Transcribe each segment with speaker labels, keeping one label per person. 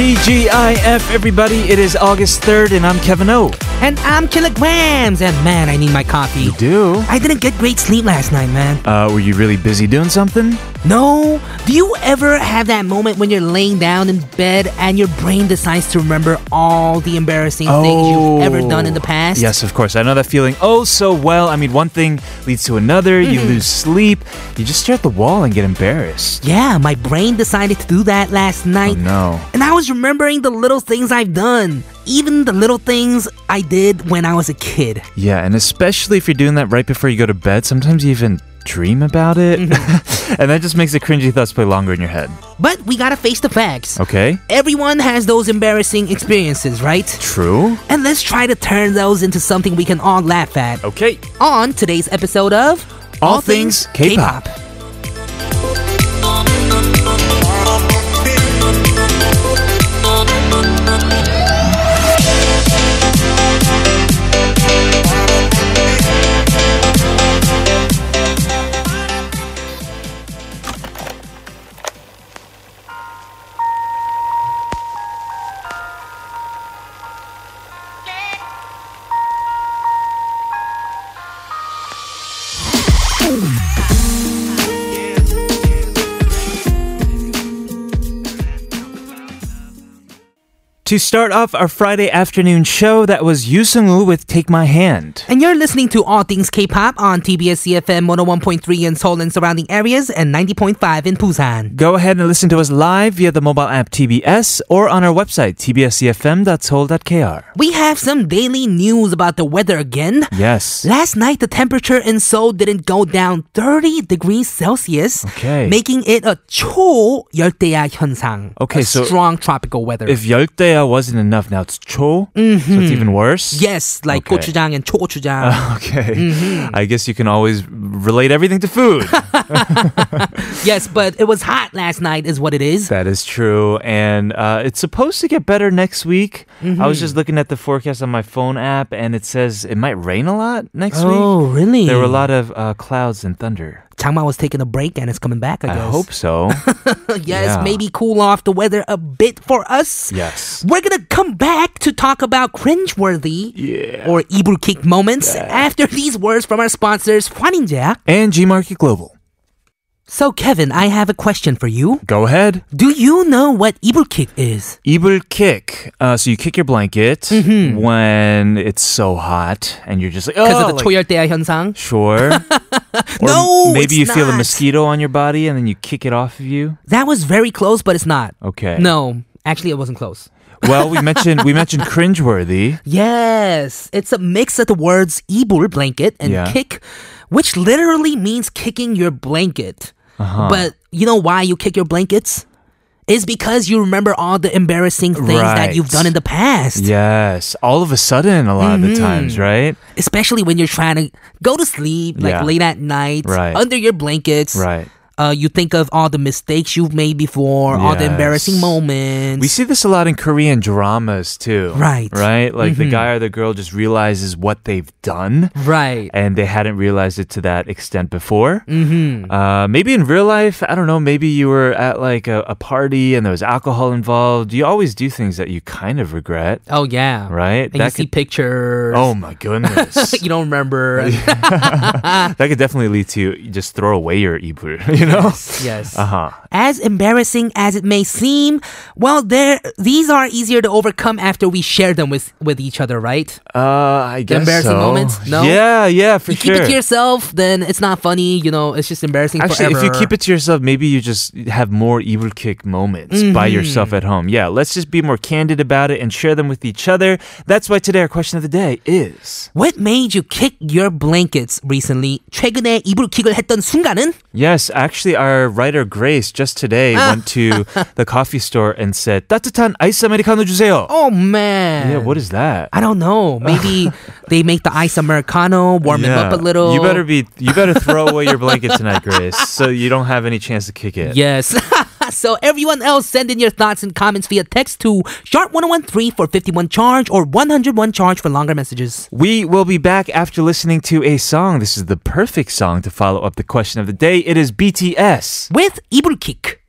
Speaker 1: GIF, everybody. It is August 3rd, and I'm Kevin O.
Speaker 2: And I'm kilograms. And man, I need my coffee.
Speaker 1: do?
Speaker 2: I didn't get great sleep last night, man.
Speaker 1: Uh, were you really busy doing something?
Speaker 2: No. Do you ever have that moment when you're laying down in bed and your brain decides to remember all the embarrassing things you've ever done in the past?
Speaker 1: Oh. Yes, of course. I know that feeling oh so well. I mean, one thing leads to another. You
Speaker 2: Mm-hmm.
Speaker 1: lose sleep. You just stare at the wall and get embarrassed.
Speaker 2: Yeah, my brain decided to do that last
Speaker 1: Oh,
Speaker 2: night.
Speaker 1: no.
Speaker 2: And I was remembering the little things I've done, even the little things I did when I was a kid.
Speaker 1: Yeah, and especially if you're doing that right before you go to bed, sometimes you even dream about it.
Speaker 2: Mm-hmm.
Speaker 1: and that just makes the cringy thoughts play longer in your head.
Speaker 2: But we gotta face the facts.
Speaker 1: Okay?
Speaker 2: Everyone has those embarrassing experiences, right?
Speaker 1: True?
Speaker 2: And let's try to turn those into something we can all laugh at
Speaker 1: Okay.
Speaker 2: on today's episode of
Speaker 1: All Things K-Pop. To start off our Friday afternoon show, that was Yoo with Take My Hand.
Speaker 2: And you're listening to All Things K-Pop on TBS CFM 101.3 in Seoul and surrounding areas and 90.5 in Busan.
Speaker 1: Go ahead and listen to us live via the mobile app TBS or on our website, tbscfm.soul.kr.
Speaker 2: We have some daily news about the weather again.
Speaker 1: Yes.
Speaker 2: Last night, the temperature in Seoul didn't go down 30 degrees Celsius,
Speaker 1: Okay.
Speaker 2: making it a 초열대야 현상.
Speaker 1: Okay,
Speaker 2: a
Speaker 1: so
Speaker 2: strong tropical weather.
Speaker 1: If 열대야 wasn't enough, now it's 초, so it's even worse.
Speaker 2: yes, like
Speaker 1: Okay.
Speaker 2: 고추장 and 초고추장.
Speaker 1: Okay. I guess you can always relate everything to food.
Speaker 2: Yes, but it was hot last night, is what it is.
Speaker 1: that is true. And uh, it's supposed to get better next week. I was just looking at the forecast on my phone app, and it says it might rain a lot next week.
Speaker 2: Oh, really?
Speaker 1: There were a lot of uh, clouds and thunder.
Speaker 2: Changma was taking a break and it's coming back, I
Speaker 1: I
Speaker 2: guess.
Speaker 1: hope so.
Speaker 2: yes,
Speaker 1: yeah.
Speaker 2: maybe cool off the weather a bit for us.
Speaker 1: yes.
Speaker 2: We're gonna come back to talk about cringeworthy or Ibur kick moments after these words from our sponsors, Hwaninja.
Speaker 1: And G Market Global.
Speaker 2: So, Kevin, I have a question for you.
Speaker 1: Go ahead.
Speaker 2: Do you know what Ibur kick is?
Speaker 1: Evil kick. Uh, so you kick your blanket when it's so hot and you're just like,
Speaker 2: Because
Speaker 1: oh,
Speaker 2: Mm-hmm. of the
Speaker 1: like,
Speaker 2: 초열대야 현상?
Speaker 1: sure. or
Speaker 2: No,
Speaker 1: maybe you
Speaker 2: it's
Speaker 1: feel a
Speaker 2: not.
Speaker 1: mosquito on your body and then you kick it off of you.
Speaker 2: That was very close, but it's not.
Speaker 1: Okay.
Speaker 2: No, actually, it wasn't close.
Speaker 1: Well, we mentioned we mentioned cringeworthy.
Speaker 2: Yes, it's a mix of the words "ibur" blanket and
Speaker 1: Yeah.
Speaker 2: kick, which literally means kicking your blanket.
Speaker 1: Uh-huh.
Speaker 2: But you know why you kick your blankets? Is because you remember all the embarrassing things that you've
Speaker 1: Right.
Speaker 2: done in the past,
Speaker 1: Yes. All of a sudden, a lot of the
Speaker 2: Mm-hmm.
Speaker 1: times, right?
Speaker 2: especially when you're trying to go to sleep, like
Speaker 1: Yeah.
Speaker 2: late at night,
Speaker 1: Right.
Speaker 2: under your blankets.
Speaker 1: Right.
Speaker 2: Uh, you think of all the mistakes you've made before, all the embarrassing
Speaker 1: Yes.
Speaker 2: moments.
Speaker 1: We see this a lot in Korean dramas too.
Speaker 2: Right. Mm-hmm.
Speaker 1: Right? Like the guy or the girl just realizes what they've done.
Speaker 2: right.
Speaker 1: and they hadn't realized it to that extent before. Mm-hmm. Uh, maybe in real life, I don't know. Maybe you were at like a, a party and there was alcohol involved. You always do things that you kind of regret,
Speaker 2: Oh yeah.
Speaker 1: right?
Speaker 2: And you see pictures.
Speaker 1: oh my goodness,
Speaker 2: you don't remember.
Speaker 1: that could definitely lead to you just throw away your ibur. You know?
Speaker 2: yes.
Speaker 1: Uh huh.
Speaker 2: As embarrassing as it may seem, well, there these are easier to overcome after we share them with with each other, right?
Speaker 1: Uh, I guess
Speaker 2: embarrassing
Speaker 1: so.
Speaker 2: moments? No?
Speaker 1: Yeah, yeah, for
Speaker 2: you
Speaker 1: sure.
Speaker 2: keep it to yourself, then it's not funny. You know, it's just embarrassing
Speaker 1: Actually,
Speaker 2: forever.
Speaker 1: if you keep it to yourself, maybe you just have more evil kick moments
Speaker 2: Mm-hmm.
Speaker 1: by yourself at home. Yeah, let's just be more candid about it and share them with each other. That's why today our question of the day is
Speaker 2: what made you kick your blankets recently? 최근에 이불 킥을 했던 순간은?
Speaker 1: Yes, actually, our writer Grace just today
Speaker 2: Ah.
Speaker 1: went to the coffee store and said, 따뜻한 아이스 아메리카노 주세요.
Speaker 2: Oh man.
Speaker 1: Yeah, what is that?
Speaker 2: I don't know. Maybe they make the ice americano, warm it
Speaker 1: Yeah.
Speaker 2: up a little.
Speaker 1: You better be. You better throw away your blanket tonight, Grace, so you don't have any chance to kick it.
Speaker 2: Yes. so everyone else send in your thoughts and comments via text to sharp 1013 for 51 charge or 101 charge for longer messages.
Speaker 1: We will be back after listening to a song. This is the perfect song to follow up the question of the day. It is BTS.
Speaker 2: With Ibul Kick.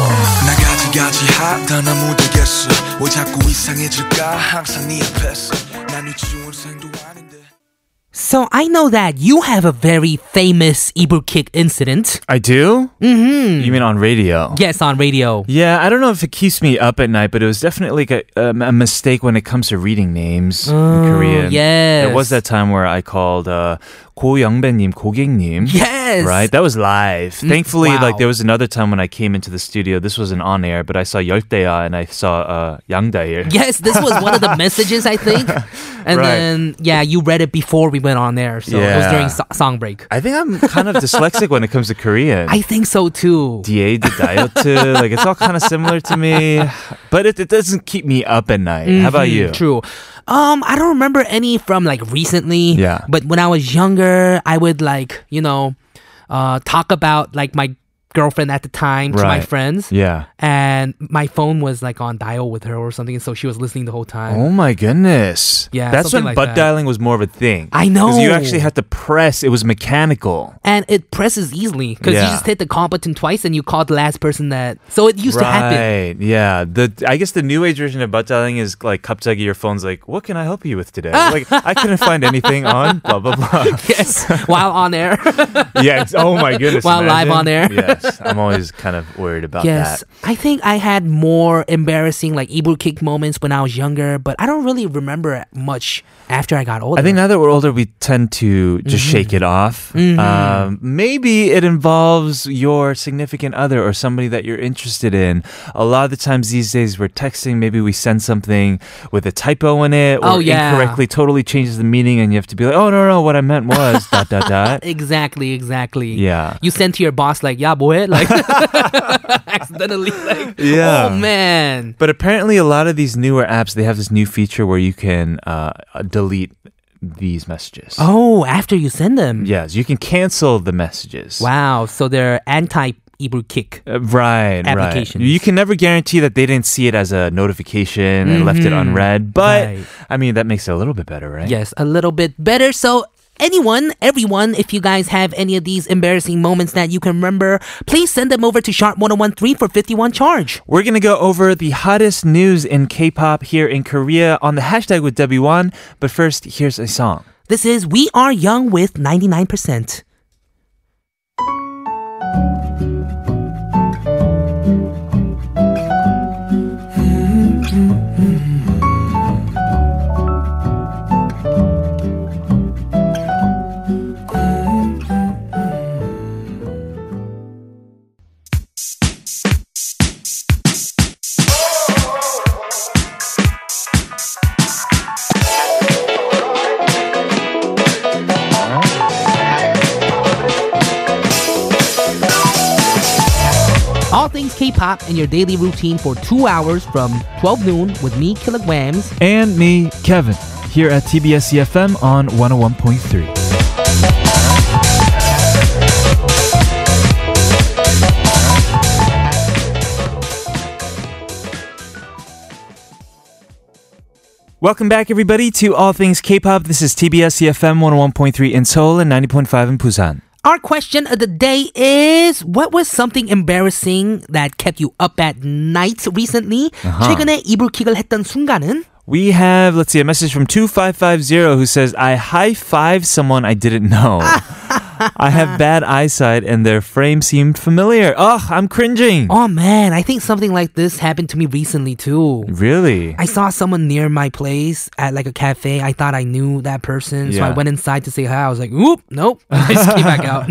Speaker 3: 어디까지 하다나 못하겠어 왜 자꾸 이상해질까 항상 네 앞에서 난 유치원 생도 아닌데
Speaker 2: So I know that you have a very famous Ebru kick incident.
Speaker 1: I do? Mm-hmm. You mean on radio?
Speaker 2: Yes, on radio.
Speaker 1: Yeah, I don't know if it keeps me up at night, but it was definitely like a, um, a mistake when it comes to reading names in Korean. There was
Speaker 2: Oh, yes.
Speaker 1: that time where I called uh, Ko Youngbae-nim, 고객님.
Speaker 2: Yes. Mm,
Speaker 1: Right? That was live. Thankfully,
Speaker 2: wow.
Speaker 1: like there was another time when I came into the studio. This wasn't on air, but I saw Yoltea and I saw uh, Yangdae.
Speaker 2: Yes, this was one of the messages I think, and
Speaker 1: Right.
Speaker 2: then yeah, you read it before we went on there, so it was
Speaker 1: Yeah.
Speaker 2: during so- song break.
Speaker 1: I think I'm kind of dyslexic when it comes to Korean.
Speaker 2: I think so too.
Speaker 1: DA to Diode, like it's all kind of similar to me, but it, it doesn't keep me up at night. How about you?
Speaker 2: Mm-hmm. True. Um, I don't remember any from like recently.
Speaker 1: Yeah.
Speaker 2: But when I was younger, I would like you know, uh, talk about like my girlfriend at the time to my
Speaker 1: Right.
Speaker 2: friends.
Speaker 1: Yeah.
Speaker 2: And my phone was like on dial with her or something, so she was listening the whole time.
Speaker 1: Oh my goodness.
Speaker 2: Yeah,
Speaker 1: That's when
Speaker 2: something like
Speaker 1: butt
Speaker 2: that.
Speaker 1: dialing was more of a thing.
Speaker 2: I
Speaker 1: Because you
Speaker 2: know.
Speaker 1: actually had to press, it was mechanical.
Speaker 2: and it presses easily because
Speaker 1: Yeah.
Speaker 2: you just hit the call button twice and you call the last person that. So it used to happen.
Speaker 1: right. Yeah. The I guess the new age version of butt dialing is like 갑자기 your phone's like, what can I help you with today? like I couldn't find anything on blah blah blah.
Speaker 2: Yes, while on air.
Speaker 1: yeah. it's- Oh my goodness.
Speaker 2: While live
Speaker 1: imagine.
Speaker 2: on air.
Speaker 1: yes. I'm always kind of worried about
Speaker 2: yes,
Speaker 1: that.
Speaker 2: I think I had more embarrassing like Ibu kick moments when I was younger, but I don't really remember much after I got older.
Speaker 1: I think now that we're older, we tend to just
Speaker 2: Mm-hmm.
Speaker 1: shake it off. Um, maybe it involves your significant other or somebody that you're interested in. A lot of the times these days, we're texting. Maybe we send something with a typo in it or
Speaker 2: Oh, yeah.
Speaker 1: incorrectly, totally changes the meaning, and you have to be like, "Oh no, no, what I meant was dot dot dot."
Speaker 2: exactly, exactly.
Speaker 1: Yeah.
Speaker 2: you send to your boss like, "Yeah, boy," like accidentally, like,
Speaker 1: Yeah.
Speaker 2: oh man.
Speaker 1: But apparently, a lot of these newer apps they have this new feature where you can uh, delete these messages.
Speaker 2: Oh, after you send them.
Speaker 1: Yes, you can cancel the messages.
Speaker 2: Wow. So they're anti Ibu kick.
Speaker 1: Uh, right, right.
Speaker 2: Applications.
Speaker 1: You can never guarantee that they didn't see it as a notification and left it unread, but
Speaker 2: Mm-hmm. Right.
Speaker 1: I mean that makes it a little bit better, right?
Speaker 2: Yes, a little bit better. So, anyone, everyone, if you guys have any of these embarrassing moments that you can remember, please send them over to Sharp1013 for 51 charge.
Speaker 1: We're gonna go over the hottest news in K-pop here in Korea on the hashtag with W1. But first, here's a song.
Speaker 2: This is We Are Young with 99%. All things K pop in your daily routine for two hours from 12 noon with me, Kilograms.
Speaker 1: And me, Kevin, here at TBS EFM E on 101.3. Welcome back, everybody, to All Things K-pop. This is TBS EFM 101.3 in Seoul and 90.5 in Busan.
Speaker 2: Our question of the day is What was something embarrassing that kept you up at night recently? 최근에 이불킥을 했던 순간은?
Speaker 1: We have, let's see, a message from 2550 who says, I high five someone I didn't know. I have bad eyesight and their frame seemed familiar. Ugh, I'm cringing.
Speaker 2: Oh man, I think something like this happened to me recently too.
Speaker 1: Really?
Speaker 2: I saw someone near my place at like a cafe. I thought I knew that person, so I
Speaker 1: Yeah.
Speaker 2: went inside to say hi. I was like, "Oop, nope." I just came back out.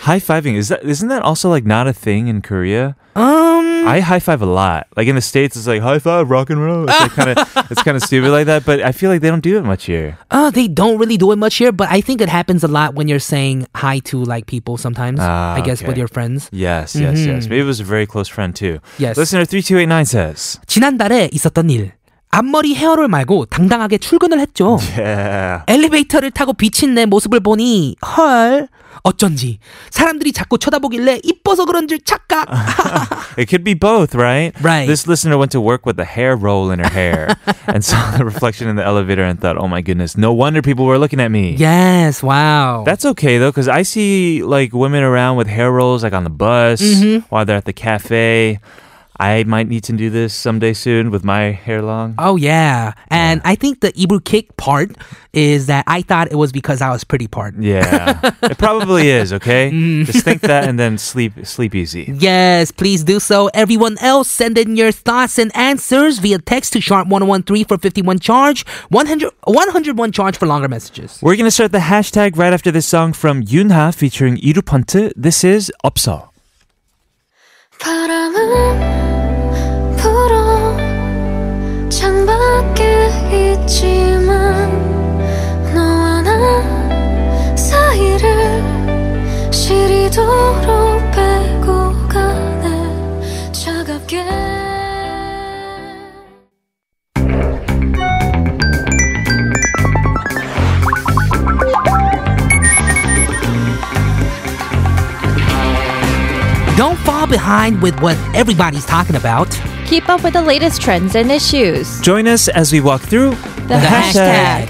Speaker 1: High fiving is that? Isn't that also like not a thing in Korea?
Speaker 2: Mm.
Speaker 1: Um, I high five a lot. Like in the states, it's like high five, rock and roll. It's like kind of it's kind of stupid like that. But I feel like they don't do it much here.
Speaker 2: uh, they don't really do it much here, but I think it happens a lot when you're saying hi to like people sometimes.
Speaker 1: Ah,
Speaker 2: I guess with
Speaker 1: okay.
Speaker 2: your friends.
Speaker 1: Yes, yes, yes. Maybe it was a very close friend too.
Speaker 2: Mm-hmm. Yes.
Speaker 1: Listener three two eight nine says.
Speaker 2: 지난달에 있었던 일. 앞머리 헤어롤 말고 당당하게 출근을 했죠.
Speaker 1: Yeah.
Speaker 2: 엘리베이터를 타고 비친 내 모습을 보니 헐 어쩐지 사람들이 자꾸 쳐다보길래 이뻐서 그런 줄 착각.
Speaker 1: 아, It could be both, right?
Speaker 2: Right.
Speaker 1: This listener went to work with a hair roll in her hair and saw the reflection in the elevator and thought, "Oh my goodness, no wonder people were looking at me."
Speaker 2: yes, wow.
Speaker 1: 예. That's okay though, because I see like women around with hair rolls like on the bus while they're at the cafe. I might need to do this someday soon with my hair long.
Speaker 2: Oh yeah, and I think the Ibu kick part is that I thought it was because I was pretty part.
Speaker 1: yeah, it probably is. Okay, just think that and then sleep sleep easy.
Speaker 2: Yes, please do so. Everyone else, send in your thoughts and answers via text to sharp1013 for 51 charge, 100, 101 charge for longer messages.
Speaker 1: We're gonna start the hashtag right after this song from Yunha featuring Iru Ponte. This is Upsal.
Speaker 4: 바람은 불어 창밖에 있지만 너와 나 사이를 시리도록 빼고 가네 차갑게
Speaker 2: Don't fall behind with what everybody's talking about.
Speaker 5: Keep up with the latest trends and issues.
Speaker 1: Join us as we walk through the,
Speaker 2: hashtag.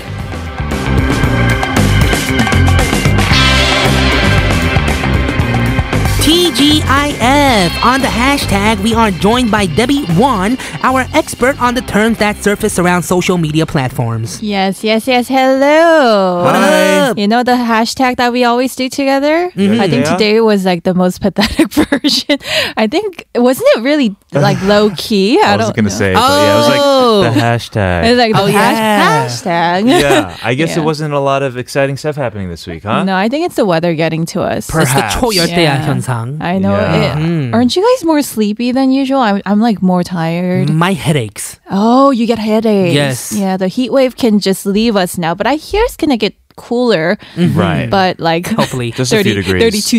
Speaker 2: TGIF. On the hashtag, we are joined by Debbie Wan, our expert on the terms that surface around social media platforms.
Speaker 5: Yes, yes, yes. Hello.
Speaker 1: Hi.
Speaker 5: You know the hashtag that we always do together? I think
Speaker 1: Yeah.
Speaker 5: today was like the most pathetic version. I think wasn't it really like low key? I,
Speaker 1: I was
Speaker 5: don't
Speaker 1: gonna
Speaker 5: know.
Speaker 1: say, but yeah,
Speaker 2: Oh.
Speaker 1: I was like the hashtag.
Speaker 5: It was like the
Speaker 2: Oh,
Speaker 5: hash-
Speaker 2: yeah.
Speaker 5: hashtag.
Speaker 1: yeah, I guess
Speaker 5: Yeah.
Speaker 1: it wasn't a lot of exciting stuff happening this week, huh?
Speaker 5: No, I think it's the weather getting to us.
Speaker 1: Perhaps.
Speaker 2: It's the 초열대야
Speaker 5: Yeah.
Speaker 2: 현상.
Speaker 5: I know.
Speaker 1: Yeah.
Speaker 5: It, Aren't you guys more sleepy than usual? I'm, I'm like more tired.
Speaker 2: My headaches.
Speaker 5: Oh, you get headaches.
Speaker 2: Yes.
Speaker 5: Yeah, the heat wave can just leave us now, but I hear it's going to get cooler.
Speaker 2: Mm-hmm.
Speaker 1: Right.
Speaker 5: But like
Speaker 2: Hopefully.
Speaker 1: Just a few degrees.
Speaker 5: 32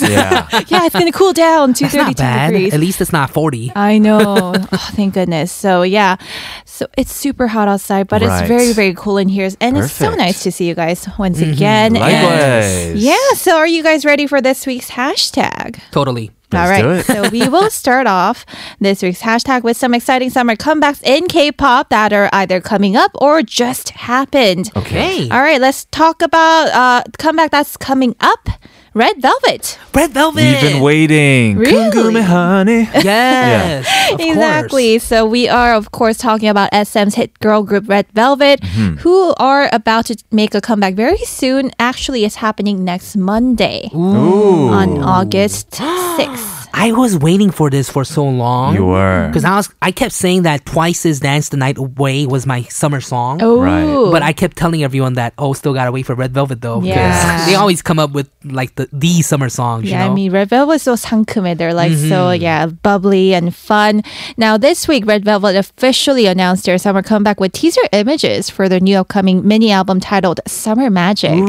Speaker 1: Yeah.
Speaker 5: yeah, it's going to cool down to
Speaker 2: That's
Speaker 5: 32
Speaker 2: not bad.
Speaker 5: degrees.
Speaker 2: At least it's not 40.
Speaker 5: I know. oh, thank goodness. So, yeah. So, it's super hot outside, but
Speaker 1: Right.
Speaker 5: it's very, very cool in here. And it's so
Speaker 1: Perfect.
Speaker 5: nice to see you guys once
Speaker 2: Mm-hmm.
Speaker 5: again. And-
Speaker 1: Likewise.
Speaker 5: yeah. So, are you guys ready for this week's hashtag?
Speaker 2: Totally.
Speaker 1: Let's
Speaker 5: All right.
Speaker 1: do it.
Speaker 5: so we will start off this week's hashtag with some exciting summer comebacks in K-pop that are either coming up or just happened.
Speaker 2: Okay.
Speaker 5: All right, let's talk about uh comeback that's coming up. Red Velvet.
Speaker 2: Red Velvet.
Speaker 1: We've been waiting.
Speaker 5: Really?
Speaker 1: 궁금해, honey.
Speaker 2: Yes. of course.
Speaker 5: exactly. So we are of course talking about SM's hit girl group Red Velvet who are about to make a comeback very soon. Actually, it's happening next Monday
Speaker 1: Ooh.
Speaker 5: on August 6th.
Speaker 2: I was waiting for this for so long.
Speaker 1: You were.
Speaker 2: Because I was, I kept saying that Twice's "Dance the Night Away" was my summer song,
Speaker 5: Oh.
Speaker 1: Right.
Speaker 2: but I kept telling everyone that oh, still gotta wait for Red Velvet though. 'cause
Speaker 5: Yeah.
Speaker 2: they always come up with like the the summer songs.
Speaker 5: Yeah,
Speaker 2: you know? Mm-hmm.
Speaker 5: I mean, Red Velvet was so 상큼해. They're like so, yeah, bubbly and fun. Now, this week, Red Velvet officially announced their summer comeback with teaser images for their new upcoming mini album titled Summer Magic.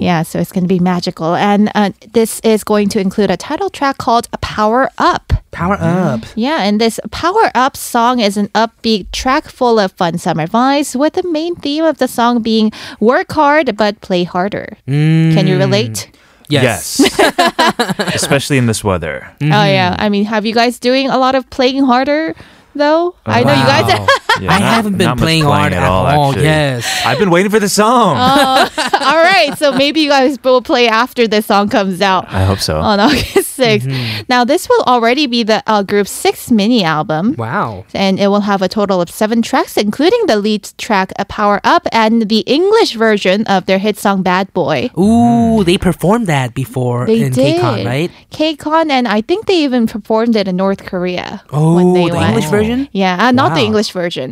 Speaker 5: Yeah, so it's going to be magical. And uh, this is going to include a title track called Power Up.
Speaker 2: power up.
Speaker 5: Yeah, and this Power Up song is an upbeat track full of fun summer vibes, with the main theme of the song being work hard but play harder.
Speaker 2: Mm.
Speaker 5: Can you relate?
Speaker 1: Yes. Especially in this weather.
Speaker 5: Oh yeah.
Speaker 2: Mm-hmm.
Speaker 5: I mean, have you guys doing a lot of playing harder though? I know you guys.
Speaker 1: Yeah,
Speaker 2: I
Speaker 1: not-
Speaker 2: haven't been
Speaker 1: not much
Speaker 2: playing hard at all. Oh.
Speaker 1: actually.
Speaker 2: Yes.
Speaker 1: I've been waiting for the song.
Speaker 5: Oh. All right, so maybe you guys will play after this song comes out.
Speaker 1: I hope so.
Speaker 2: Oh.
Speaker 5: On August 6th.
Speaker 2: Mm-hmm.
Speaker 5: Now, this will already be the uh, group's sixth mini album.
Speaker 2: Wow.
Speaker 5: And it will have a total of seven tracks, including the lead track uh, Power Up and the English version of their hit song Bad Boy.
Speaker 2: Ooh,
Speaker 1: Mm.
Speaker 2: they performed that before
Speaker 5: They
Speaker 2: in
Speaker 5: did.
Speaker 2: KCON, right?
Speaker 5: KCON, and I think they even performed it in North Korea.
Speaker 2: Oh,
Speaker 5: when they
Speaker 2: the
Speaker 5: went.
Speaker 2: English version.
Speaker 5: Yeah, uh, not the
Speaker 2: Wow.
Speaker 5: English version.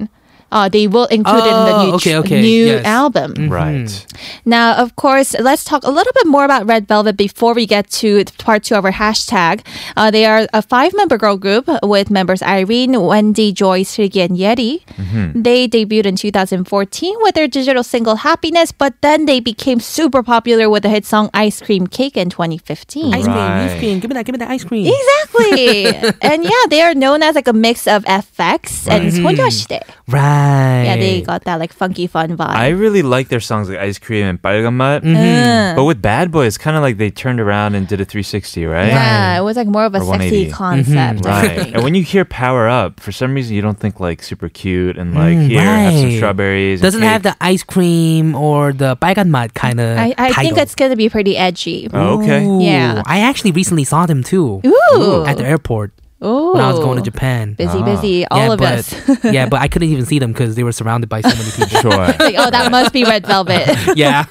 Speaker 5: Uh, they will include it in the
Speaker 2: Oh,
Speaker 5: new,
Speaker 2: okay,
Speaker 5: tr-
Speaker 2: okay,
Speaker 5: new
Speaker 2: yes. Mm-hmm.
Speaker 5: album.
Speaker 1: Right.
Speaker 2: Hmm.
Speaker 5: Now, of course, let's talk a little bit more about Red Velvet before we get to part two of our hashtag. Uh, they are a five member girl group with members Irene, Wendy, Joy, Sergi, and Yeti.
Speaker 2: Mm-hmm.
Speaker 5: They debuted in 2014 with their digital single Happiness, but then they became super popular with the hit song Ice Cream Cake in 2015.
Speaker 2: Ice cream, ice
Speaker 1: Right.
Speaker 2: cream. Give me that. Give me that ice cream.
Speaker 5: Exactly. and yeah, they are known as like a mix of FX and 소녀시대.
Speaker 2: Right.
Speaker 5: Yeah, they got that like funky fun vibe.
Speaker 1: I really like their songs like Ice Cream and Balgamat.
Speaker 5: Mm.
Speaker 1: But with Bad Boy, it's kind of like they turned around and did a 360, right?
Speaker 5: yeah, it was like more of a
Speaker 1: Or 180.
Speaker 5: sexy concept. I
Speaker 1: Right.
Speaker 5: think.
Speaker 1: and when you hear Power Up, for some reason you don't think like super cute and like here have some
Speaker 2: Mm, right.
Speaker 1: strawberries. and
Speaker 2: Doesn't have
Speaker 1: cake.
Speaker 2: the ice cream or the 빨간맛 kind of.
Speaker 5: I, I think it's gonna be pretty edgy.
Speaker 1: Oh, okay.
Speaker 5: Yeah.
Speaker 2: I actually recently saw them too
Speaker 5: Ooh.
Speaker 2: at the airport.
Speaker 5: Oh,
Speaker 2: when I was going to Japan.
Speaker 5: Busy,
Speaker 1: Ah.
Speaker 5: busy, all
Speaker 2: yeah,
Speaker 5: of
Speaker 2: but,
Speaker 5: us.
Speaker 2: yeah, but I couldn't even see them because they were surrounded by so many people.
Speaker 1: Sure.
Speaker 5: Like, oh, that must be red velvet.
Speaker 2: yeah.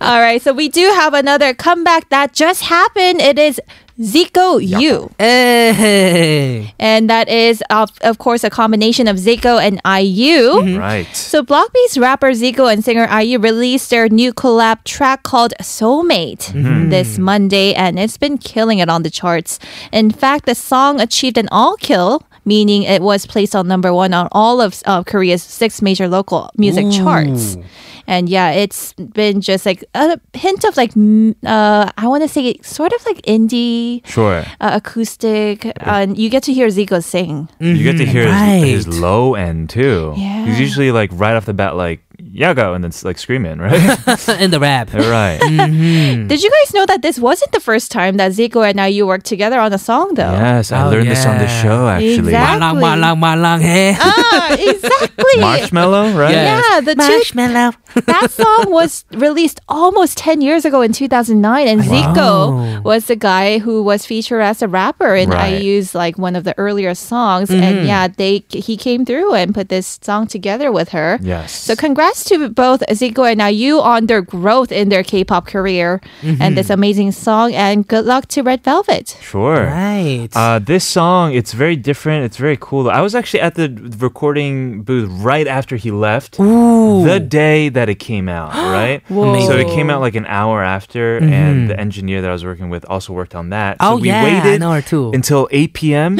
Speaker 5: All right, so we do have another comeback that just happened. It is Zico U, Eh.
Speaker 2: Hey.
Speaker 5: and that is of, of course a combination of Zico and IU.
Speaker 1: right.
Speaker 5: So Blockbeat's rapper Zico and singer IU released their new collab track called Soulmate this Monday and it's been killing it on the charts. In fact, the song achieved an all-kill meaning it was placed on number 1 on all of uh, Korea's six major local music charts. And yeah, it's been just like a hint of like mm, uh, I want to say sort of like indie
Speaker 1: Sure.
Speaker 5: uh, acoustic and you get to hear Zico sing.
Speaker 1: You get to hear his, his
Speaker 2: Mm-hmm. Right.
Speaker 1: low end too.
Speaker 5: Yeah.
Speaker 1: He's usually like right off the bat, like yago, and then s- like screaming, right?
Speaker 2: In the rap.
Speaker 1: right.
Speaker 2: Mm.
Speaker 5: Did you guys know that this wasn't the first time that Zico and IU worked together on a song, though?
Speaker 1: Yes, I
Speaker 2: Oh,
Speaker 1: learned this on the
Speaker 2: yeah.
Speaker 1: show actually.
Speaker 5: Exact-
Speaker 2: Malang, malang, malang, hey.
Speaker 5: Ah, exactly.
Speaker 1: Marshmallow, right?
Speaker 2: Yeah.
Speaker 5: yeah, the two,
Speaker 2: Marshmallow.
Speaker 5: that song was released almost 10 years ago in 2009 and Zico was the guy who was featured as a rapper in
Speaker 1: Right.
Speaker 5: IU's like one of the earlier songs and yeah, they he came through and put this song together with her.
Speaker 1: Yes.
Speaker 5: So congrats to both Zico and IU on their growth in their K-pop career and this amazing song and good luck to Red Velvet.
Speaker 1: sure.
Speaker 2: Right.
Speaker 1: Uh, this song, it's very different. It's very cool. I was actually at the recording booth right after he left, the day that it came out. Right,
Speaker 5: Whoa.
Speaker 1: so it came out like an hour after, and the engineer that I was working with also worked on that.
Speaker 2: Mm-hmm. Oh,
Speaker 1: So we
Speaker 2: yeah, I
Speaker 1: waited
Speaker 2: know her too.
Speaker 1: until 8 p.m.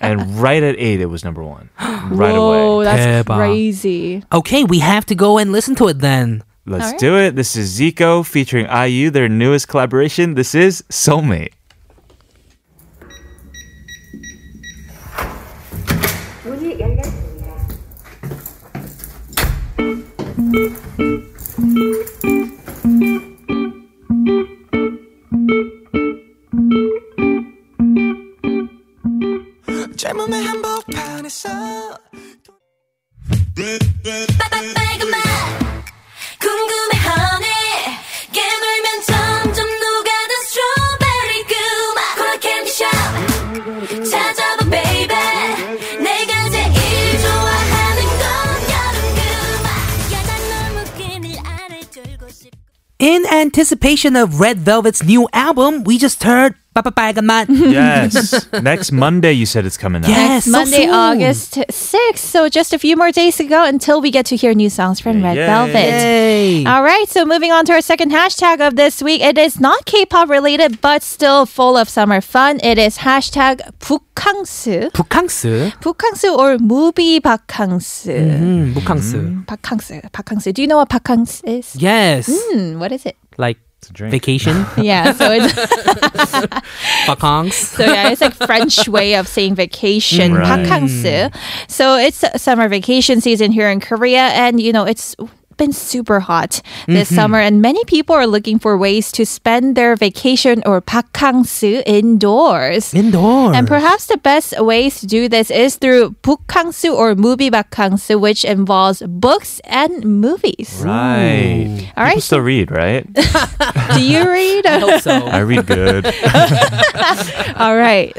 Speaker 1: and right at eight, it was number one. Right
Speaker 5: Whoa,
Speaker 1: away.
Speaker 5: that's
Speaker 2: Teba.
Speaker 5: crazy.
Speaker 2: okay, we have to go and listen to it then.
Speaker 1: Let's do it. This is Zico featuring IU, their newest collaboration. This is Soulmate.
Speaker 3: 젊음의 한복판에서
Speaker 4: 빨간맛 궁금해 honey 깨물면 점점 녹아든 스트로베리 구마 콜라 캔디샵 찾아봐 baby 내가 제일 좋아하는 건 여름 구마 야단 너무 끈을 안에 졸고 싶고
Speaker 2: In anticipation of Red Velvet's new album, we just heard Papa Pagamat.
Speaker 1: Yes. Next Monday, you said it's coming out.
Speaker 2: Yeah.
Speaker 5: Next
Speaker 2: Eh, so
Speaker 5: Monday,
Speaker 2: soon.
Speaker 5: August 6th. So just a few more days to go until we get to hear new songs from Red
Speaker 1: Yay.
Speaker 5: Velvet.
Speaker 2: Hey.
Speaker 5: All right, so moving on to our second hashtag of this week. It is not K-pop related, but still full of summer fun. It is hashtag 북캉스.
Speaker 2: 북캉스.
Speaker 5: 북캉스 or movie 박캉스.
Speaker 2: Mm, 북캉스.
Speaker 5: Mm-hmm. 박캉스, 박캉스. Do you know what 박캉스 is?
Speaker 2: Yes.
Speaker 5: Hmm, what is it?
Speaker 2: Like
Speaker 1: a drink.
Speaker 2: vacation.
Speaker 5: Yeah, so it's
Speaker 2: Bakangs.
Speaker 5: So yeah, it's like French way of saying vacation,
Speaker 1: Mm, right.
Speaker 5: 박항스. So it's summer vacation season here in Korea, and you know it's been super hot this
Speaker 1: Mm-hmm.
Speaker 5: summer, and many people are looking for ways to spend their vacation or 박항스 indoors.
Speaker 2: Indoor.
Speaker 5: And perhaps the best ways to do this is through 북캉스 or movie 박캉스, which involves books and movies.
Speaker 1: Right. People
Speaker 5: right,
Speaker 1: still read, right?
Speaker 5: Do you read?
Speaker 1: I read good.
Speaker 5: Mm-hmm. All right.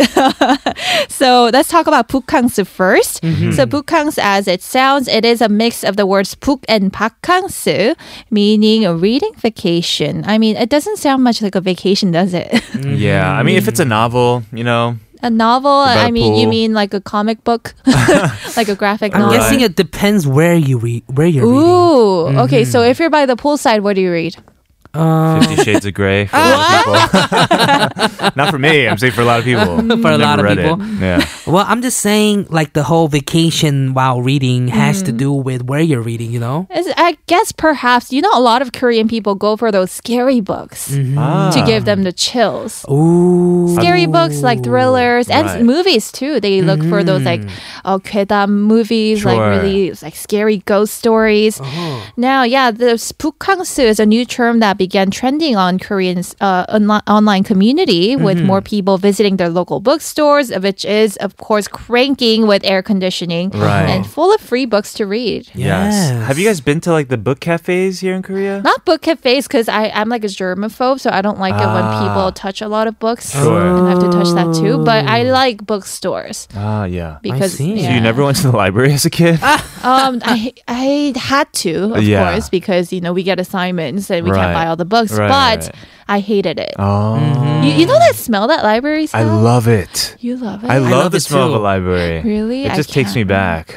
Speaker 5: so let's talk about 북캉스 1st So 북캉스, as it sounds, it is a mix of the words 북 and 박캉스, meaning a reading vacation. I mean, it doesn't sound much like a vacation, does it?
Speaker 1: Yeah, I mean, if it's a novel, you know,
Speaker 5: a novel.
Speaker 1: About
Speaker 5: I
Speaker 1: a
Speaker 5: mean, you
Speaker 1: pool.
Speaker 5: mean like a comic book, like a graphic
Speaker 2: I'm
Speaker 5: novel.
Speaker 2: guessing it depends where you read, where you're
Speaker 5: Ooh. Okay. So
Speaker 1: Mm-hmm.
Speaker 5: if you're by the poolside, what do you read?
Speaker 2: reading. Um,
Speaker 5: Oh.
Speaker 1: Fifty Shades of Grey for a lot of people. Not for me. I'm saying for a lot of people.
Speaker 2: For a lot of
Speaker 1: read
Speaker 2: people.
Speaker 1: It. Yeah.
Speaker 2: well, I'm just saying, like the whole vacation while reading has to do with where you're reading. You know.
Speaker 5: Is- I guess perhaps you know a lot of Korean people go for those scary books Mm-hmm.
Speaker 1: Ah, Mm-hmm.
Speaker 5: to give them the chills.
Speaker 2: Ooh.
Speaker 5: scary books like thrillers and
Speaker 1: Right. Mm-hmm.
Speaker 5: movies too. They look for those like uh, 괴담 movies,
Speaker 1: Sure. Oh.
Speaker 5: like really like scary ghost stories. Now, yeah, the 북캉스 is a new term that began trending on Korean's uh, onli- online community with more
Speaker 1: Mm-hmm.
Speaker 5: people visiting their local bookstores, which is, of course, cranking with air conditioning
Speaker 1: Right.
Speaker 5: and full of free books to read.
Speaker 2: Yes.
Speaker 1: Have you guys been to like the book cafes here in Korea?
Speaker 5: Not book cafes because I'm like a germaphobe, so I don't like it when people touch a lot of books.
Speaker 1: Ah. Sure. Oh.
Speaker 5: And I have to touch that too. But I like bookstores
Speaker 1: Ah, yeah.
Speaker 5: because
Speaker 2: see.
Speaker 1: So
Speaker 2: So
Speaker 1: you never went to the library as a kid?
Speaker 5: um, I I had to, of
Speaker 1: Yeah.
Speaker 5: course, because you know we get assignments and we
Speaker 1: Right.
Speaker 5: can't buy all the books.
Speaker 1: Right,
Speaker 5: but
Speaker 1: right.
Speaker 5: I hated it.
Speaker 1: Oh,
Speaker 5: You, you know that smell that library
Speaker 1: I
Speaker 5: smell.
Speaker 1: love it.
Speaker 5: You love it.
Speaker 1: I love,
Speaker 2: love
Speaker 1: the
Speaker 2: it
Speaker 1: smell of a
Speaker 2: too.
Speaker 1: library.
Speaker 5: Really?
Speaker 1: It
Speaker 5: I
Speaker 1: just takes me
Speaker 5: can't.
Speaker 1: back.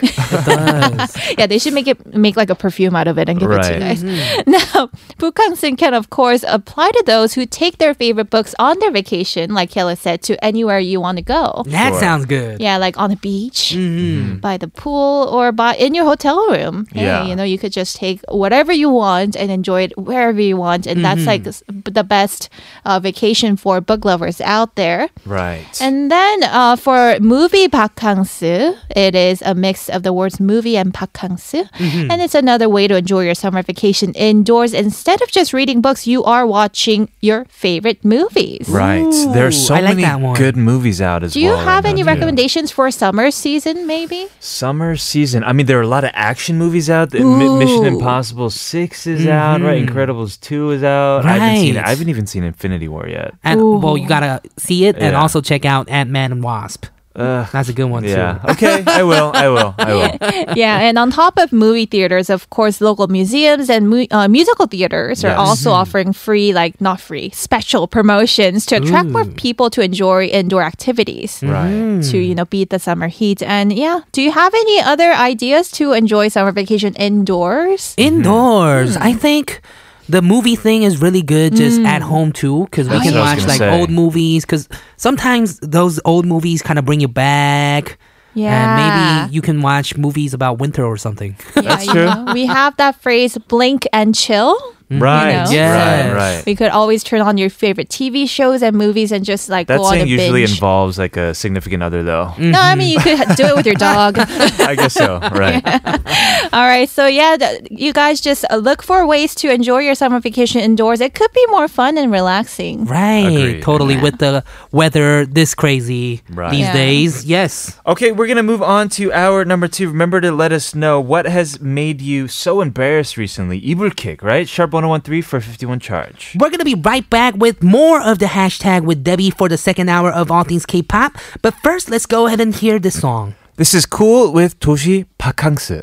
Speaker 5: yeah, they should make it make like a perfume out of it and give it to you
Speaker 1: Right. Mm-hmm.
Speaker 5: guys. Now, Bukangsin can of course apply to those who take their favorite books on their vacation, like Kayla said, to anywhere you want to go.
Speaker 2: That
Speaker 1: Sure.
Speaker 2: sounds good.
Speaker 5: Yeah, like on the beach,
Speaker 1: Mm-hmm.
Speaker 2: Mm-hmm.
Speaker 5: by the pool, or by in your hotel room. Hey,
Speaker 1: Hmm. Yeah.
Speaker 5: you know, you could just take whatever you want and enjoy it wherever you want, and that's like
Speaker 1: Mm-hmm.
Speaker 5: s- the best uh, vacation for book lovers out there.
Speaker 1: right.
Speaker 5: And then uh, for movie 바캉스, it is a mix of the words movie and 바캉스.
Speaker 1: Mm-hmm.
Speaker 5: And it's another way to enjoy your summer vacation indoors. Instead of just reading books, you are watching your favorite movies.
Speaker 1: right. there are
Speaker 2: Ooh,
Speaker 1: so
Speaker 2: I like
Speaker 1: many
Speaker 2: that one.
Speaker 1: good movies out as
Speaker 5: Do you
Speaker 1: well. right
Speaker 5: have
Speaker 1: now,
Speaker 5: any
Speaker 1: too.
Speaker 5: recommendations for summer season, maybe?
Speaker 1: Summer season. I mean, there are a lot of action movies out. The Mi- Mission
Speaker 5: Ooh. Mm-hmm.
Speaker 1: Impossible 6 is out, right? Incredibles 2 is out. I haven't seen it. I
Speaker 2: Right.
Speaker 1: haven't even seen Infinity War yet.
Speaker 2: And well, you gotta see it and
Speaker 1: Yeah.
Speaker 2: also check out Ant Man and Wasp. That's a good one
Speaker 1: Yeah.
Speaker 2: too.
Speaker 1: Okay. I will. I will. I will.
Speaker 5: Mm-hmm. yeah, and on top of movie theaters, of course, local museums and mu- uh, musical theaters are
Speaker 1: Yes.
Speaker 5: also offering free, like not free, special promotions to attract more people to enjoy indoor activities
Speaker 1: Right.
Speaker 5: to you know beat the summer heat. And yeah, do you have any other ideas to enjoy summer vacation indoors?
Speaker 2: Indoors,
Speaker 5: Mm-hmm.
Speaker 2: I think the movie thing is really good
Speaker 5: Mm.
Speaker 2: just at home too because we
Speaker 1: That's
Speaker 2: can
Speaker 1: what I was
Speaker 2: watch like
Speaker 1: gonna say.
Speaker 2: old movies because sometimes those old movies kind of bring you back.
Speaker 1: Uh,
Speaker 5: Yeah.
Speaker 2: And maybe you can watch movies about winter or something.
Speaker 1: That's
Speaker 5: you
Speaker 1: true.
Speaker 5: know, we have that phrase "blink and chill."
Speaker 1: Right.
Speaker 5: know.
Speaker 2: Yes.
Speaker 1: Right. Right.
Speaker 5: We could always turn on your favorite TV shows and movies and just like
Speaker 1: That
Speaker 5: go on a
Speaker 1: saying usually Mm-hmm.
Speaker 5: binge.
Speaker 1: involves like a significant other, though.
Speaker 5: no, I mean you could do it with your dog.
Speaker 1: I guess so. Right.
Speaker 5: All right, so yeah, th- you guys just uh, look for ways to enjoy your summer vacation indoors. It could be more fun and relaxing.
Speaker 2: Right.
Speaker 1: Agreed.
Speaker 2: Totally. With the weather this crazy
Speaker 1: Right.
Speaker 2: these
Speaker 5: Yeah.
Speaker 2: days. Yes.
Speaker 1: Okay, we're gonna move on to hour number two. Remember to let us know what has made you so embarrassed recently. Evil kick, right? Sharp 1013 for 51 charge.
Speaker 2: We're going to be right back with more of the hashtag with Debbie for the second hour of All Things K pop. But first, let's go ahead and hear this song.
Speaker 1: This is cool with Toshi Pakangsu.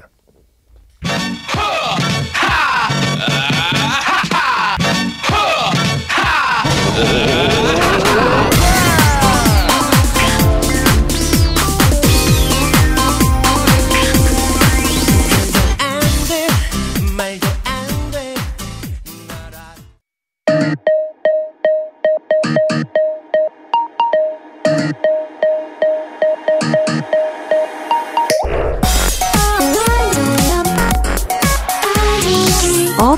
Speaker 6: All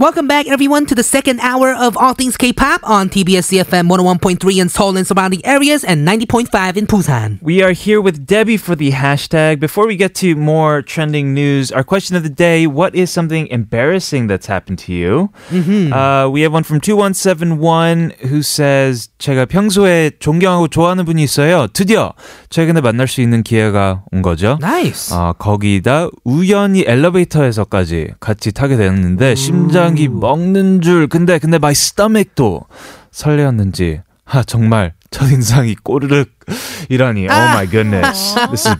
Speaker 2: Welcome back, everyone, to the second hour of All Things K pop on TBS CFM 101.3 in Seoul and surrounding areas and 90.5 in Busan.
Speaker 1: We are here with Debbie for the hashtag. Before we get to more trending news, our question of the day what is something embarrassing that's happened to you? Uh, we have one from 2171 who says, 제가 평소에 존경하고 좋아하는 분이 있어요. 드디어 최근에 만날 수 있는 기회가 온 거죠.
Speaker 2: Nice.
Speaker 1: 아, 거기다 우연히 엘리베이터에서까지 같이 타게
Speaker 2: 음.
Speaker 1: 되었는데 심장이 먹는 줄 근데 근데 my stomach도 설레었는지 아 정말 첫인상이 꼬르륵 이러니 oh my goodness
Speaker 2: 아.
Speaker 1: this is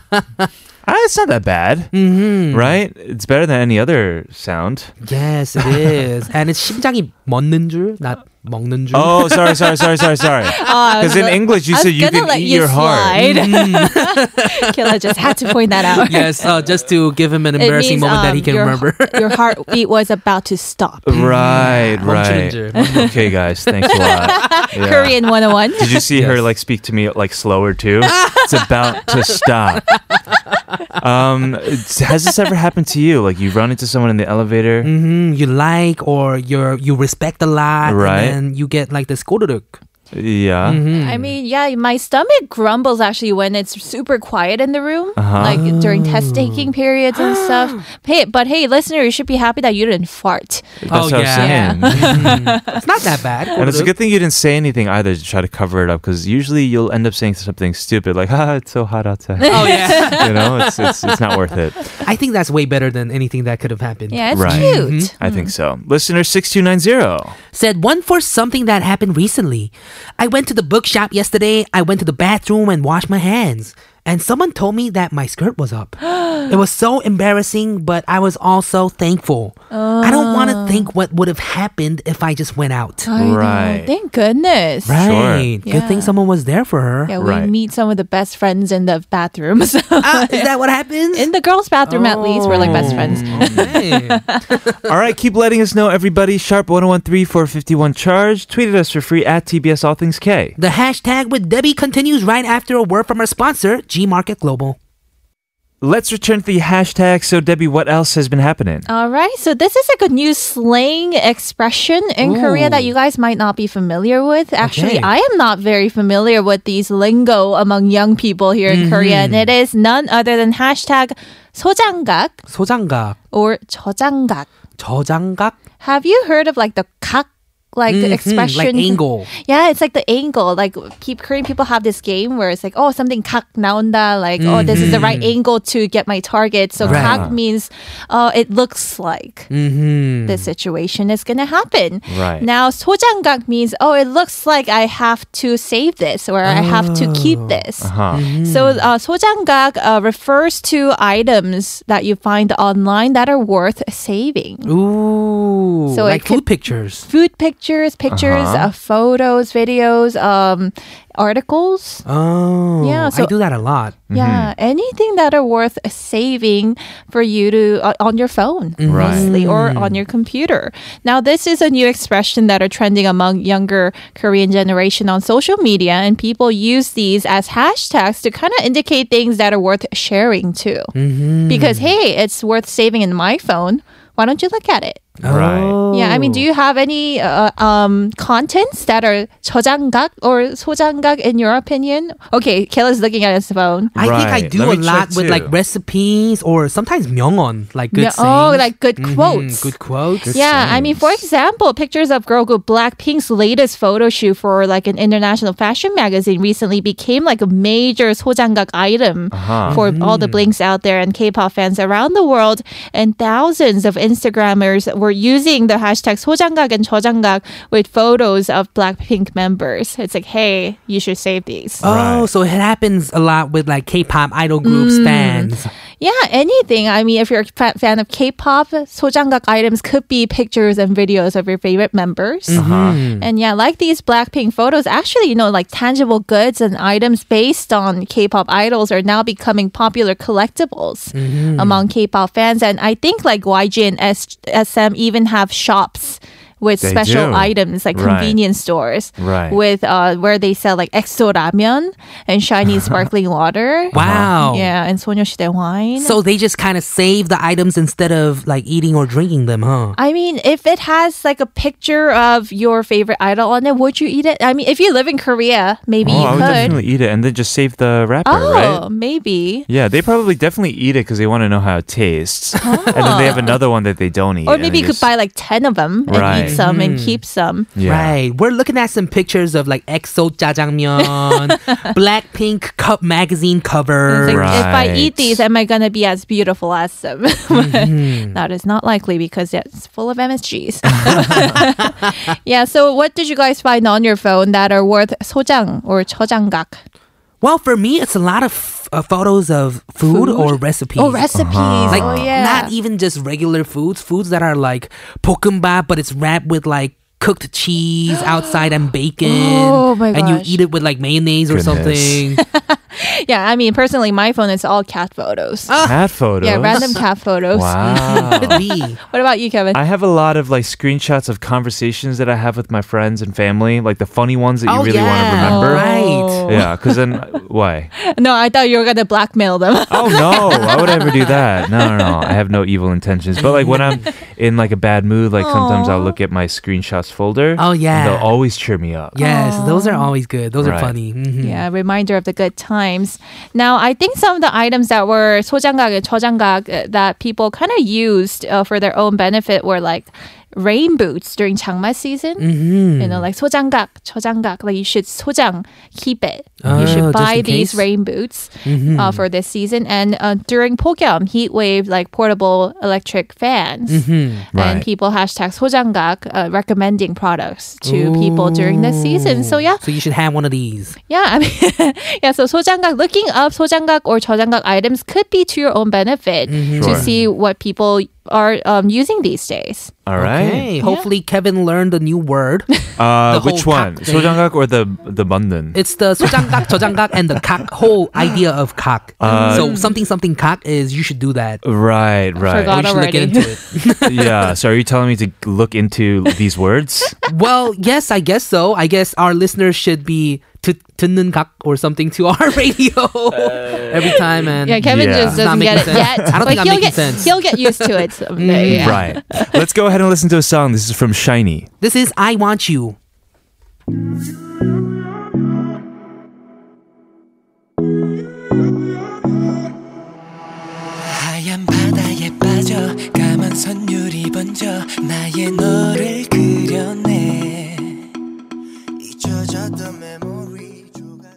Speaker 1: Ah, it's not that bad
Speaker 2: 음.
Speaker 1: right it's better than any other sound
Speaker 2: Yes, it is. and it's 심장이 먹는 줄, not 먹는 줄.
Speaker 1: oh sorry sorry sorry sorry sorry because in English you
Speaker 5: Um, I was
Speaker 1: said you
Speaker 5: gonna
Speaker 1: can
Speaker 5: let
Speaker 1: eat
Speaker 5: you
Speaker 1: your heart Mm.
Speaker 5: slide. Killa just had to point that out.
Speaker 2: yes, uh, just to give him an
Speaker 5: It
Speaker 2: embarrassing
Speaker 5: means,
Speaker 2: moment that he
Speaker 5: um,
Speaker 2: can
Speaker 5: your,
Speaker 2: remember.
Speaker 5: your heartbeat was about to stop.
Speaker 1: right right
Speaker 2: 음. 멈추는 줄.
Speaker 1: okay guys thanks a lot Yeah.
Speaker 5: Korean 101.
Speaker 1: Did you see her like speak to me like slower too? it's about to stop. Um, has this ever happened to you? Like you run into someone in the elevator?
Speaker 2: hmm you like or you you respect a lot,
Speaker 1: Right.
Speaker 2: And then you get like this 꼬르륵.
Speaker 1: Yeah.
Speaker 2: Mm-hmm.
Speaker 5: I mean, yeah, my stomach grumbles actually when it's super quiet in the room,
Speaker 1: Uh-huh.
Speaker 5: like during test taking periods and stuff. Hey, but hey, listener, you should be happy that you didn't fart.
Speaker 1: That's
Speaker 2: Oh,
Speaker 1: what I'm
Speaker 2: yeah.
Speaker 1: saying.
Speaker 2: It's not that bad.
Speaker 1: and it's a
Speaker 2: 꼬르륵.
Speaker 1: good thing you didn't say anything either to try to cover it up because usually you'll end up saying something stupid like, ah, it's so hot outside.
Speaker 2: Oh yeah,
Speaker 1: you know, it's, it's, it's not worth it.
Speaker 2: I think that's way better than anything that could have happened.
Speaker 5: Yeah, it's
Speaker 1: Right. Mm-hmm.
Speaker 5: cute.
Speaker 1: I think
Speaker 2: Mm.
Speaker 1: so. Listener 6290.
Speaker 2: Said one for something that happened recently. I went to the bookshop yesterday. I went to the bathroom and washed my hands. And someone told me that my skirt was up. it was so embarrassing, but I was also thankful. I don't want to think what would have happened if I just went out.
Speaker 5: I know.
Speaker 1: Right.
Speaker 5: Thank goodness.
Speaker 2: Right. Good thing
Speaker 5: Yeah.
Speaker 2: someone was there for her.
Speaker 5: Yeah, we
Speaker 1: Right.
Speaker 5: meet some of the best friends in the bathroom. So
Speaker 2: Ah, is that what happens?
Speaker 5: in the girls' bathroom, at least, we're like
Speaker 2: Oh.
Speaker 5: best friends.
Speaker 2: Okay.
Speaker 1: All right, keep letting us know, everybody. Sharp 1013 451 charge. Tweeted us for free at TBS All Things K.
Speaker 2: the hashtag with Debbie continues right after a word from our sponsor, G Market Global.
Speaker 1: Let's return to the hashtag. So, Debbie, what else has been happening?
Speaker 5: All right, so this is a good news slang expression in Korea that you guys might not be familiar with. Actually,
Speaker 2: Okay.
Speaker 5: I am not very familiar with these lingo among young people here in Korea, and it is none other than hashtag 소장각
Speaker 2: 소장각,
Speaker 5: or 저장각.
Speaker 2: 저장각,
Speaker 5: Have you heard of like the kak like
Speaker 2: Mhm, like
Speaker 5: expression?
Speaker 2: angle.
Speaker 5: Yeah, it's like the angle. Like pe- Korean people have this game where it's like, oh, something kak naonda. Like, oh, this is the right angle to get my target. So
Speaker 2: Right.
Speaker 5: kak means, uh, it looks like the situation is gonna happen.
Speaker 1: Right.
Speaker 5: Now 소장각 means, oh, it looks like I have to save this or I have to keep this.
Speaker 1: Huh.
Speaker 5: So uh, 소장각 uh, refers to items that you find online that are worth saving.
Speaker 2: Ooh,
Speaker 5: So
Speaker 2: like
Speaker 5: it
Speaker 2: food
Speaker 5: could-
Speaker 2: pictures.
Speaker 5: food pictures, pictures, uh photos, videos, um, articles.
Speaker 2: Oh, I
Speaker 5: Yeah, so-
Speaker 2: do that a lot.
Speaker 5: Yeah, anything that are worth saving for you to uh, on your phone,
Speaker 1: Right.
Speaker 5: basically, or on your computer. Now, this is a new expression that are trending among younger Korean generation on social media, and people use these as hashtags to kind of indicate things that are worth sharing too. Because hey, it's worth saving in my phone. Why don't you look at it?
Speaker 1: Right.
Speaker 5: Yeah, I
Speaker 2: Oh.
Speaker 5: mean, do you have any uh, um, contents that are 저장각 or 소장각 in your opinion? Okay, Kayla's looking at his phone.
Speaker 2: I think I
Speaker 1: Right.
Speaker 2: do
Speaker 1: Let
Speaker 2: a
Speaker 1: me
Speaker 2: lot
Speaker 1: check
Speaker 2: with like
Speaker 1: too.
Speaker 2: recipes or sometimes myungon, like good
Speaker 5: Yeah, oh,
Speaker 2: sayings.
Speaker 5: like good
Speaker 2: Mhm,
Speaker 5: quotes.
Speaker 2: good quotes.
Speaker 5: yeah, I mean, for example, pictures of girl group Blackpink's latest photo shoot for like an international fashion magazine recently became like a major 소장각 item for all the blinks out there and K-pop fans around the world. And thousands of Instagrammers were using the hashtag 소장각 and 저장각 with photos of Blackpink members. It's like, hey, you should save these.
Speaker 2: Oh, so it happens a lot with like K-pop idol groups
Speaker 5: Mm.
Speaker 2: fans.
Speaker 1: Uh-huh.
Speaker 5: Yeah, anything. I mean, if you're a fa- fan of K-pop, 소장각 items could be pictures and videos of your favorite members.
Speaker 1: Mm-hmm. Uh-huh.
Speaker 5: And yeah, like these Blackpink photos, actually, you know, like tangible goods and items based on K-pop idols are now becoming popular collectibles
Speaker 1: Mm-hmm.
Speaker 5: among K-pop fans. And I think like YG and S- SM even have shops. With
Speaker 1: They
Speaker 5: special
Speaker 1: do.
Speaker 5: items like
Speaker 1: Right.
Speaker 5: convenience stores,
Speaker 1: Right.
Speaker 5: with uh, where they sell like exo ramen and shiny sparkling water.
Speaker 1: Oh.
Speaker 2: Wow.
Speaker 5: Yeah, and 소녀시대 wine.
Speaker 2: So they just kind of save the items instead of like eating or drinking them, huh?
Speaker 5: I mean, if it has like a picture of your favorite idol on it, would you eat it? I mean, if you live in Korea, maybe
Speaker 1: Oh, I
Speaker 5: you
Speaker 1: would
Speaker 5: could.
Speaker 1: definitely eat it and then just save the wrapper,
Speaker 5: Oh,
Speaker 1: right?
Speaker 5: maybe.
Speaker 1: Yeah, they probably definitely eat it because they want to know how it tastes. And then they have another one that they don't eat.
Speaker 5: Oh.
Speaker 1: and
Speaker 5: Or maybe
Speaker 1: they
Speaker 5: you
Speaker 1: just-
Speaker 5: could buy like 10 of them and
Speaker 1: Right.
Speaker 5: eat some and keep some.
Speaker 1: Yeah.
Speaker 2: Right. We're looking at some pictures of like EXO jajangmyeon, Blackpink cup magazine cover.
Speaker 5: It's like, If I
Speaker 1: Right.
Speaker 5: eat these, am I going to be as beautiful as them?
Speaker 1: Mm-hmm.
Speaker 5: That is not likely because it's full of MSGs. yeah, so what did you guys find on your phone that are worth 소장 or 저장각?
Speaker 2: Well, for me, it's a lot of f- uh, photos of food, or recipes.
Speaker 5: Oh, recipes.
Speaker 2: Like
Speaker 5: oh, yeah.
Speaker 2: not even just regular foods, foods that are like bokkeumbap, but it's wrapped with like cooked cheese outside and bacon.
Speaker 5: Oh, my
Speaker 2: And you
Speaker 5: gosh.
Speaker 2: eat it with like mayonnaise or
Speaker 1: Goodness.
Speaker 2: something.
Speaker 5: yeah, I mean, personally, my phone is all cat photos.
Speaker 1: cat photos.
Speaker 5: Yeah, random cat photos.
Speaker 1: Wow. Oh.
Speaker 2: Could be.
Speaker 5: What about you, Kevin?
Speaker 1: I have a lot of like screenshots of conversations that I have with my friends and family, like the funny ones that you
Speaker 2: Oh,
Speaker 1: really
Speaker 2: yeah.
Speaker 1: want to remember.
Speaker 2: Right.
Speaker 1: Yeah, because then uh, why?
Speaker 5: No, I thought you were gonna blackmail them.
Speaker 1: Oh no! Why would I ever do that? No, no, no! I have no evil intentions. But like when I'm in like a bad mood, like sometimes I'll look at my screenshots folder.
Speaker 2: Oh,
Speaker 1: and
Speaker 2: yeah.
Speaker 1: they'll always cheer me up.
Speaker 2: Yes, those are always good. Those
Speaker 1: Right.
Speaker 2: are funny. Mhm.
Speaker 5: Yeah, reminder of the good times. Now, I think some of the items that were 소장각 and 저장각 uh, that people kind of used uh, for their own benefit were like rain boots during 장마 season.
Speaker 2: Mm-hmm.
Speaker 5: You know, like 소장각, 저장각. Like you should 소장, keep it.
Speaker 2: Oh,
Speaker 5: you should
Speaker 2: just
Speaker 5: buy
Speaker 2: in case.
Speaker 5: these
Speaker 2: Mm-hmm.
Speaker 5: rain boots uh, for this season. And uh, during 폭염, heat wave, like portable electric fans.
Speaker 2: Mm-hmm.
Speaker 1: Right.
Speaker 5: And people hashtag 소장각 uh, recommending products to people during the season. So yeah,
Speaker 2: So you should have one of these.
Speaker 5: yeah, I mean, yeah. So 소장각, looking up 소장각 or 저장각 items could be to your own benefit to
Speaker 1: Mm-hmm. Sure.
Speaker 5: see what people are um, using these days.
Speaker 1: All right.
Speaker 2: Okay. Hopefully, Kevin learned a new word.
Speaker 1: Uh,
Speaker 2: The whole
Speaker 1: which one?
Speaker 2: cock thing.
Speaker 1: Sojangak or the the bundan?
Speaker 2: it's the sojanggak, jojangggak, and the kak whole idea of kak.
Speaker 1: Uh,
Speaker 2: so something something kak is you should do that.
Speaker 1: Right,
Speaker 5: forgot.
Speaker 1: right.
Speaker 2: Or you should look
Speaker 5: already.
Speaker 2: into it.
Speaker 1: yeah. So are you telling me to look into these words?
Speaker 2: Well, yes, I guess so. I guess our listeners should be to 듣는 각 or something to our radio
Speaker 1: Uh,
Speaker 2: every time. And
Speaker 5: Yeah, Kevin
Speaker 1: Yeah.
Speaker 5: just
Speaker 2: It's not
Speaker 5: doesn't get it
Speaker 2: making sense.
Speaker 5: yet.
Speaker 2: I don't
Speaker 5: but
Speaker 2: think I'm
Speaker 5: he'll
Speaker 2: making
Speaker 5: get
Speaker 2: sense.
Speaker 5: he'll get used to it someday. yeah.
Speaker 1: Right. Let's go ahead and listen to a song. This is from Shiny.
Speaker 2: this is I want you.
Speaker 3: 하얀 바다에 빠져 까만 선율이 번져 나의 너를 그려내 잊혀졌던 메모리 조각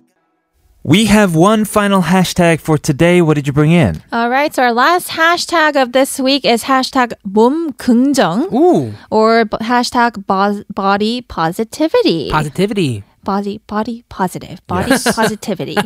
Speaker 1: We have one final hashtag for today. What did you bring in?
Speaker 5: All right. So our last hashtag of this week is hashtag 몸긍정
Speaker 2: Ooh,
Speaker 5: or b- hashtag bo- body positivity.
Speaker 2: positivity.
Speaker 5: body body positive body positivity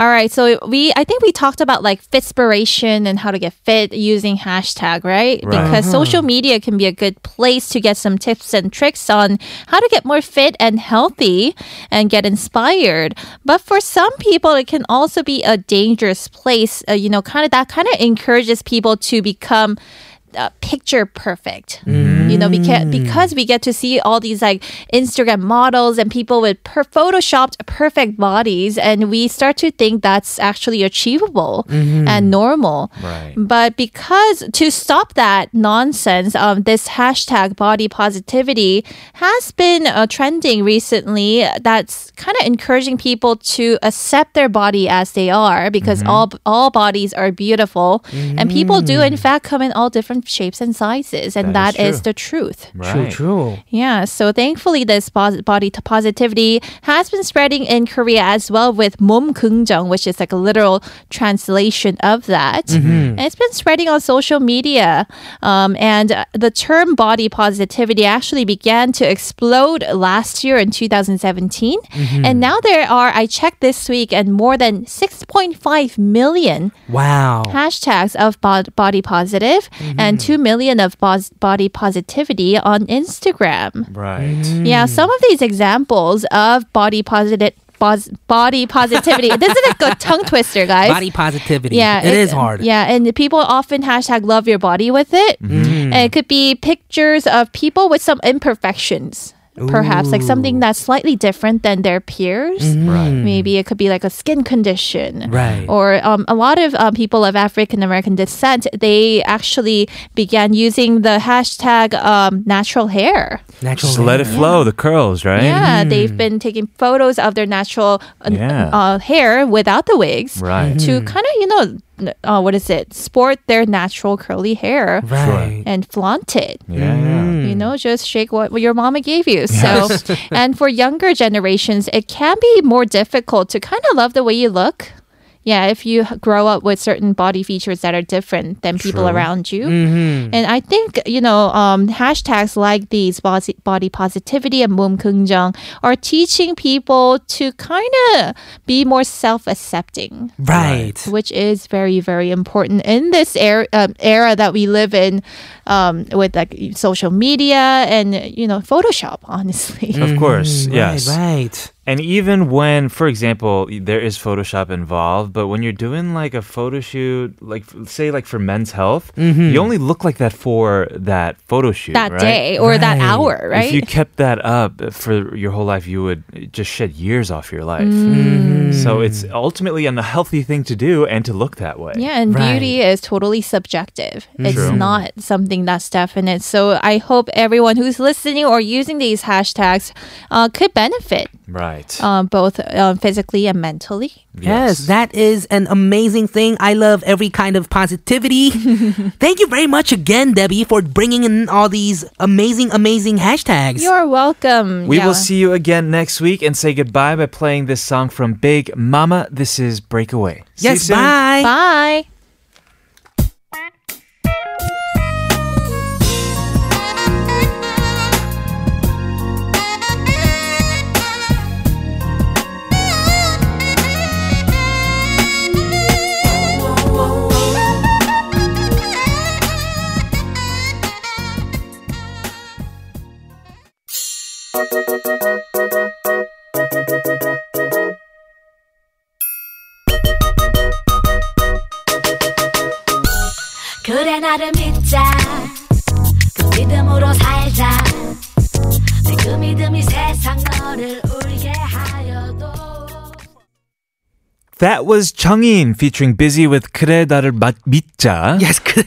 Speaker 5: all right so we i think we talked about like fitspiration and how to get fit using hashtag right, because social media can be a good place to get some tips and tricks on how to get more fit and healthy and get inspired but for some people it can also be a dangerous place uh, you know kind of that kind of encourages people to become uh, picture perfect. You know, because because we get to see all these like Instagram models and people with per- photoshopped perfect bodies, and we start to think that's actually achievable and normal.
Speaker 1: Right.
Speaker 5: But because to stop that nonsense, um, this hashtag body positivity has been uh, trending recently. That's kind of encouraging people to accept their body as they are because all all bodies are beautiful, and people do in fact come in all different shapes and sizes, and
Speaker 1: That
Speaker 5: Mm. that is,
Speaker 1: is
Speaker 5: the truth.
Speaker 1: Right.
Speaker 2: True, true.
Speaker 5: Yeah, so thankfully this pos- body t- positivity has been spreading in Korea as well with 몸긍정, which is like a literal translation of that. And it's been spreading on social media. Um, and uh, the term body positivity actually began to explode last year in 2017. And now there are, I checked this week, and more than 6.5 million
Speaker 2: Wow.
Speaker 5: hashtags of bod- body positive and 2 million of bos- body positivity on Instagram.
Speaker 1: Right.
Speaker 2: Mm-hmm.
Speaker 5: Yeah,
Speaker 2: Hmm.
Speaker 5: some of these examples of body positive pos- body positivity. this is like a tongue twister, guys.
Speaker 2: Body positivity.
Speaker 5: yeah,
Speaker 2: it is hard.
Speaker 5: Yeah, and people often hashtag love your body with it.
Speaker 2: Hmm.
Speaker 5: And it could be pictures of people with some imperfections, perhaps like something that's slightly different than their peers.
Speaker 1: Right.
Speaker 5: Maybe it could be like a skin condition.
Speaker 2: Hmm. Right.
Speaker 5: Or um, a lot of um, people of African American descent, they actually began using the hashtag um, natural hair.
Speaker 2: Natural.
Speaker 1: Just let it flow, the curls, right?
Speaker 5: Yeah, they've been taking photos of their natural uh,
Speaker 1: Yeah.
Speaker 5: uh, hair without the wigs
Speaker 1: Right.
Speaker 5: to kind of, you know, n- uh, what is it, sport their natural curly hair
Speaker 2: Right.
Speaker 5: and flaunt it.
Speaker 1: Yeah. yeah.
Speaker 5: You know, just shake what, what your mama gave you. So, and for younger generations, it can be more difficult to kind of love the way you look. Yeah, if you h- grow up with certain body features that are different than people around you. And I think, you know, um, hashtags like these, body, body positivity and 몸긍정, are teaching people to kind of be more self accepting
Speaker 2: Right.
Speaker 5: which is very very important in this era, um, era that we live in um, with like social media and you know photoshop honestly
Speaker 1: Of course.
Speaker 2: Mm-hmm. Right,
Speaker 1: yes.
Speaker 2: Right.
Speaker 1: And even when, for example, there is Photoshop involved, but when you're doing like a photo shoot, like f- say like for men's health,
Speaker 2: Mm-hmm.
Speaker 1: you only look like that for that photo shoot
Speaker 5: that
Speaker 1: right?
Speaker 5: day or that
Speaker 2: Right.
Speaker 5: hour, right?
Speaker 1: If you kept that up for your whole life, you would just shed years off your life.
Speaker 5: Mm.
Speaker 1: So it's ultimately an unhealthy thing to do and to look that way.
Speaker 5: Yeah, and
Speaker 2: Right.
Speaker 5: beauty is totally subjective. It's
Speaker 1: Mm. True.
Speaker 5: not something that's definite. So I hope everyone who's listening or using these hashtags uh, could benefit
Speaker 1: Right.
Speaker 5: um, both um, physically and mentally.
Speaker 2: Yes, that is an amazing thing. I love every kind of positivity. Thank you very much again, Debbie, for bringing in all these amazing, amazing hashtags.
Speaker 5: You're welcome.
Speaker 1: We
Speaker 5: Yeah.
Speaker 1: will see you again next week and say goodbye by playing this song from Big Mama. This is Breakaway. See you
Speaker 2: yes,
Speaker 1: soon.
Speaker 2: bye.
Speaker 5: Bye.
Speaker 4: 그래 나를 믿자 그 믿음으로 살자 내 그 믿음이 세상 너를 울게 하여도
Speaker 1: That was Chungin featuring Busy with 그래 나를 마- 믿자.
Speaker 2: Yes, 그래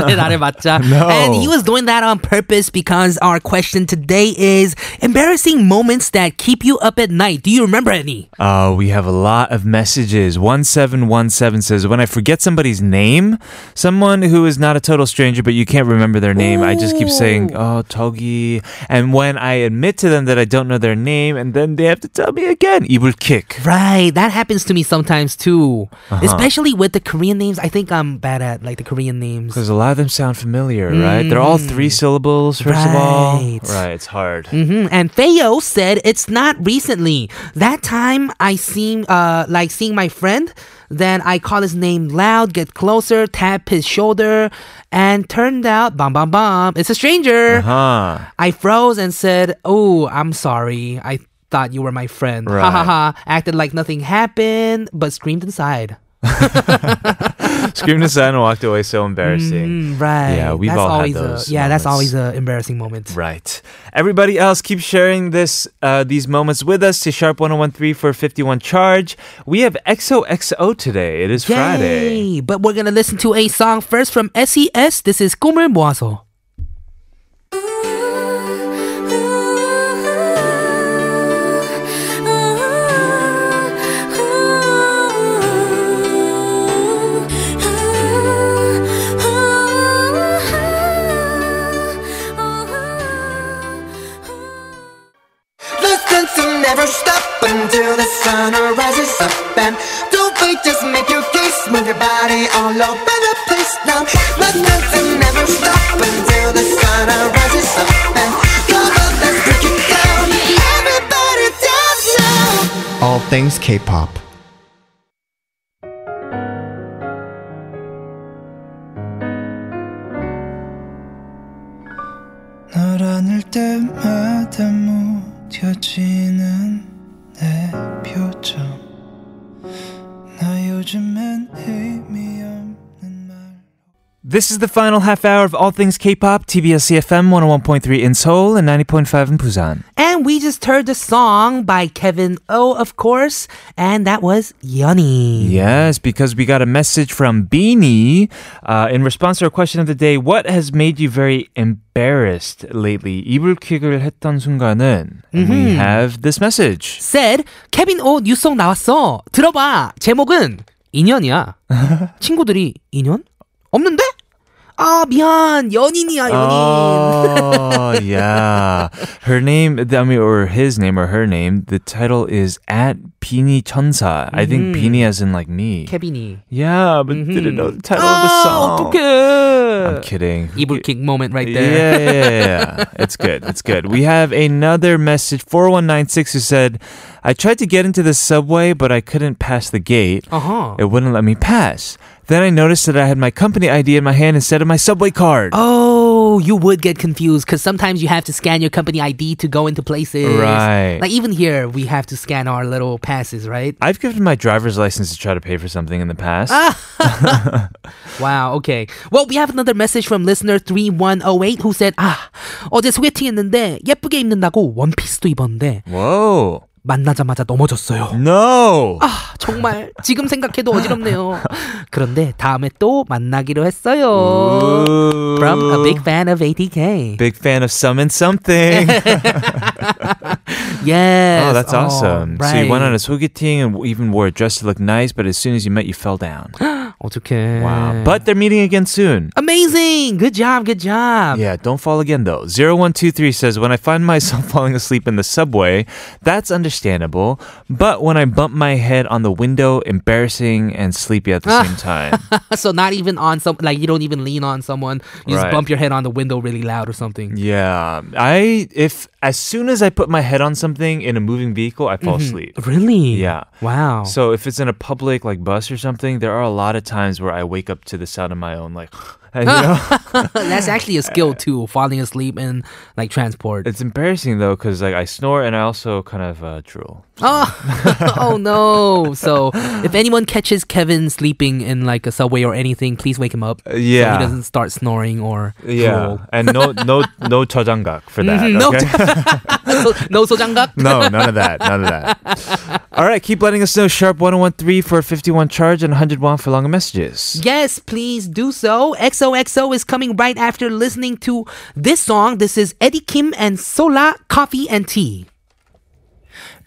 Speaker 2: 그래, 나를 맞자.
Speaker 1: No.
Speaker 2: And he was doing that on purpose because our question today is embarrassing moments that keep you up at night. Do you remember any?
Speaker 1: Uh, we have a lot of messages. 1717 says, When I forget somebody's name, someone who is not a total stranger, but you can't remember their name, I just keep saying, Oh, Togi. And when I admit to them that I don't know their name, and then they have to tell me again, it will kick.
Speaker 2: Right, that happens to me sometimes too. Especially with the Korean names. I think I'm bad at like the Korean names.
Speaker 1: Because a lot of them sound familiar, right? They're all three syllables, first of all.
Speaker 2: Mm. Right.
Speaker 1: Right, it's hard.
Speaker 2: hmm And Feo said it's not recently. That time I seem uh like seeing my friend. Then I call his name loud, get closer, tap his shoulder, and turned out, bum bum bum, it's a stranger.
Speaker 1: Huh.
Speaker 2: I froze and said, "Oh, I'm sorry. I thought you were my friend." Ha ha
Speaker 1: Right.
Speaker 2: ha. Acted like nothing happened, but screamed inside.
Speaker 1: Screamed aside and walked away, so embarrassing.
Speaker 2: Mm, right.
Speaker 1: Yeah, we've
Speaker 2: that's
Speaker 1: all had
Speaker 2: always
Speaker 1: those
Speaker 2: A, yeah, that's
Speaker 1: moments.
Speaker 2: always an embarrassing moment.
Speaker 1: Right. Everybody else, keep sharing this uh, these moments with us to Sharp 1013 for 51 charge. We have XOXO today. It is Friday.
Speaker 2: Yay. But we're gonna listen to a song first from SES. This is 꿈을 모아서.
Speaker 7: Listen to never stop until the sun rises up and don't wait, just make your case, move your body all over the place now. Listen to never stop until the sun rises up and come on, let's break it down. Everybody dance now. All things K-pop.
Speaker 3: 널 안을 때마다 무뎌지는 내 표정 나 요즘엔 의미 없는 말
Speaker 1: This is the final half hour of All Things K-Pop, TBS CFM 101.3 in Seoul and 90.5 in Busan.
Speaker 2: And we just heard the song by Kevin O, of course, and that was Yoni.
Speaker 1: Yes, because we got a message from Beanie uh, in response to our question of the day. What has made you very embarrassed lately? 이불킥을 했던 순간은 and we have this message.
Speaker 2: said 케빈 오 뉴송 나왔어. 들어봐. 제목은 인연이야. 친구들이 인연? 없는데? 아 미안
Speaker 1: 아.
Speaker 2: 연인이야 연인.
Speaker 1: Oh, yeah. Her name, I mean, or his name or her name, the title is at Pini Chonsa. I
Speaker 2: Mm-hmm.
Speaker 1: think Pini as in like me.
Speaker 2: 케빈이.
Speaker 1: Yeah, but
Speaker 2: Mm-hmm.
Speaker 1: didn't know the title of the
Speaker 2: 아
Speaker 1: song.
Speaker 2: 어떡해.
Speaker 1: I'm kidding.
Speaker 2: 이불킥 moment right
Speaker 1: Yeah,
Speaker 2: there.
Speaker 1: yeah, yeah, yeah. It's good. It's good. We have another message, 4196, who said, I tried to get into the subway, but I couldn't pass the gate.
Speaker 2: Uh-huh.
Speaker 1: It wouldn't let me pass. Then I noticed that I had my company ID in my hand instead of my subway card.
Speaker 2: Oh, Oh, you would get confused because sometimes you have to scan your company ID to go into places.
Speaker 1: Right.
Speaker 2: Like even here, we have to scan our little passes, right?
Speaker 1: I've given my driver's license to try to pay for something in the past.
Speaker 2: Ah. Wow, okay. Well, we have another message from listener 3108 who said, 아, 어제 소개팅 했는데 예쁘게 입는다고 원피스도 입었는데
Speaker 1: Whoa.
Speaker 2: 만나자마자 넘어졌어요.
Speaker 1: No.
Speaker 2: 아, 정말 지금 생각해도 어지럽네요. 그런데 다음에 또 만나기로 했어요.
Speaker 1: Ooh.
Speaker 2: From a big fan of ATK.
Speaker 1: Big fan of summon something.
Speaker 2: Yes.
Speaker 1: oh, that's awesome. oh So you went on a
Speaker 2: right.
Speaker 1: 소개팅 and w- even wore a dress to look nice, but as soon as you met, you fell down.
Speaker 2: 어떡해.
Speaker 1: wow. But they're meeting again soon.
Speaker 2: Amazing. Good job. Good job.
Speaker 1: Yeah, don't fall again though. 0123 says, When I find myself falling asleep in the subway, that's understandable. But when I bump my head on the window, embarrassing and sleepy at
Speaker 2: Ah.
Speaker 1: the same time.
Speaker 2: So not even on some like you don't even lean on someone. You
Speaker 1: Right.
Speaker 2: just bump your head on the window really loud or something.
Speaker 1: Yeah. I, if, as soon as I put my head on something in a moving vehicle, I fall
Speaker 2: Mm-hmm.
Speaker 1: asleep.
Speaker 2: Really?
Speaker 1: Yeah.
Speaker 2: Wow.
Speaker 1: So if it's in a public like bus or something, there are a lot of times where I wake up to the sound of my own like, and, you know,
Speaker 2: That's actually a skill too, falling asleep in like transport.
Speaker 1: it's embarrassing though because like I snore and I also kind of uh, drool.
Speaker 2: Oh, oh no! So if anyone catches Kevin sleeping in like a subway or anything, please wake him up.
Speaker 1: Uh, yeah.
Speaker 2: so he doesn't start snoring or
Speaker 1: Yeah, and no, no, no 저장각 for that.
Speaker 2: Mhm, no
Speaker 1: okay?
Speaker 2: drool. no sojanggak.
Speaker 1: No, none of that. None of that. All right, keep letting us know. Sharp 1013 for a 51 charge and 100 won for longer messages.
Speaker 2: Yes, please do so. XOXO is coming right after listening to this song. This is Eddie Kim and Sola Coffee and Tea.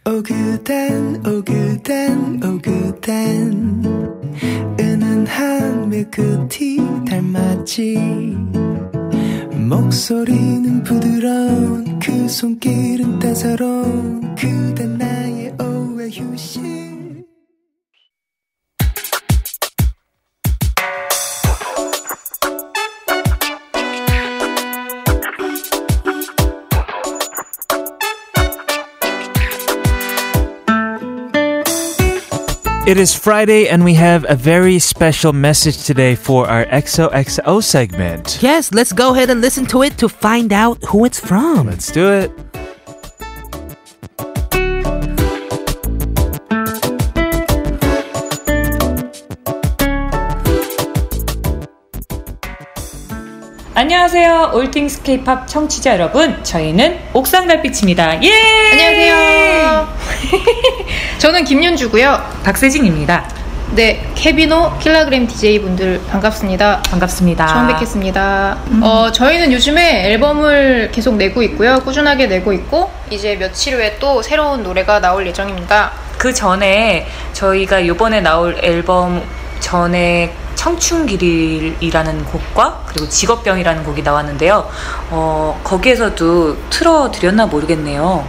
Speaker 7: 오그댄 오그댄 오그댄 은은한 밀크티 닮았지 목소리는 부드러운 그 손길은 따사로운 그대 나의 오후의 휴식
Speaker 1: It is Friday, and we have a very special message today for our XOXO segment.
Speaker 2: Yes, let's go ahead and listen to it to find out who it's from.
Speaker 1: Let's do it.
Speaker 8: 안녕하세요. 올팅스 케이팝 청취자 여러분. 저희는 옥상달빛입니다. 예!
Speaker 9: 안녕하세요. 저는 김윤주고요.
Speaker 8: 박세진입니다.
Speaker 9: 네, 케비노 킬라그램 DJ 분들 반갑습니다.
Speaker 8: 반갑습니다. 음.
Speaker 9: 처음 뵙겠습니다. 어, 저희는 요즘에 앨범을 계속 내고 있고요. 꾸준하게 내고 있고 이제 며칠 후에 또 새로운 노래가 나올 예정입니다.
Speaker 8: 그 전에 저희가 요번에 나올 앨범 전에 청춘길이라는 곡과 그리고 직업병이라는 곡이 나왔는데요. 어, 거기에서도 틀어드렸나 모르겠네요.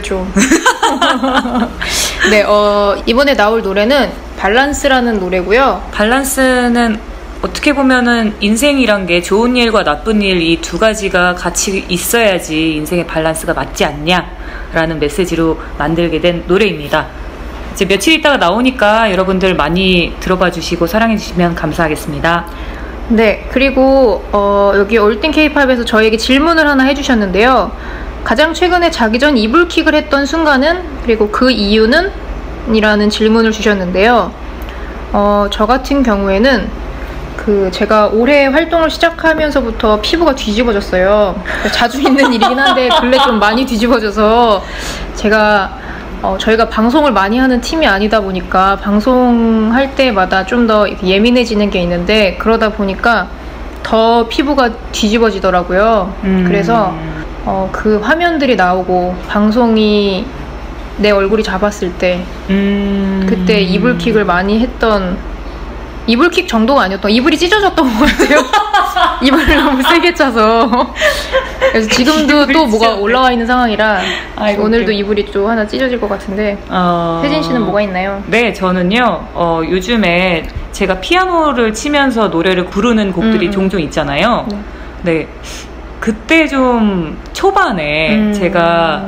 Speaker 9: 좀. 네, 어, 이번에 나올 노래는 발란스라는 노래고요.
Speaker 8: 밸런스는 어떻게 보면은 인생이란 게 좋은 일과 나쁜 일 이 두 가지가 같이 있어야지 인생의 밸런스가 맞지 않냐라는 메시지로 만들게 된 노래입니다. 이제 며칠 있다가 나오니까 여러분들 많이 들어봐 주시고 사랑해 주시면 감사하겠습니다.
Speaker 9: 네, 그리고 어, 여기 올띵 케이팝에서 저에게 질문을 하나 해주셨는데요. 가장 최근에 자기 전 이불킥을 했던 순간은 그리고 그 이유는? 이라는 질문을 주셨는데요. 어, 저 같은 경우에는 그 제가 올해 활동을 시작하면서부터 피부가 뒤집어졌어요. 자주 있는 일이긴 한데 근래 좀 많이 뒤집어져서 제가 어, 저희가 방송을 많이 하는 팀이 아니다 보니까 방송할 때마다 좀 더 예민해지는 게 있는데 그러다 보니까 더 피부가 뒤집어지더라고요. 그래서 어, 그 화면들이 나오고 방송이 내 얼굴이 잡았을 때
Speaker 8: 음.
Speaker 9: 그때 이불킥을 많이 했던 이불킥 정도가 아니었던 이불이 찢어졌던 것 같아요. 이불을 너무 세게 차서 그래서 지금도
Speaker 8: 이불이
Speaker 9: 또 뭐가
Speaker 8: 찢어졌네.
Speaker 9: 올라와 있는 상황이라
Speaker 8: 아이고,
Speaker 9: 오늘도
Speaker 8: 웃겨.
Speaker 9: 이불이 또 하나 찢어질 것 같은데
Speaker 8: 어...
Speaker 9: 혜진 씨는 뭐가 있나요?
Speaker 8: 네, 저는요, 어, 요즘에 제가 피아노를 치면서 노래를 부르는 곡들이
Speaker 9: 음, 음.
Speaker 8: 종종 있잖아요.
Speaker 9: 네.
Speaker 8: 네. 그때 좀 초반에
Speaker 9: 음.
Speaker 8: 제가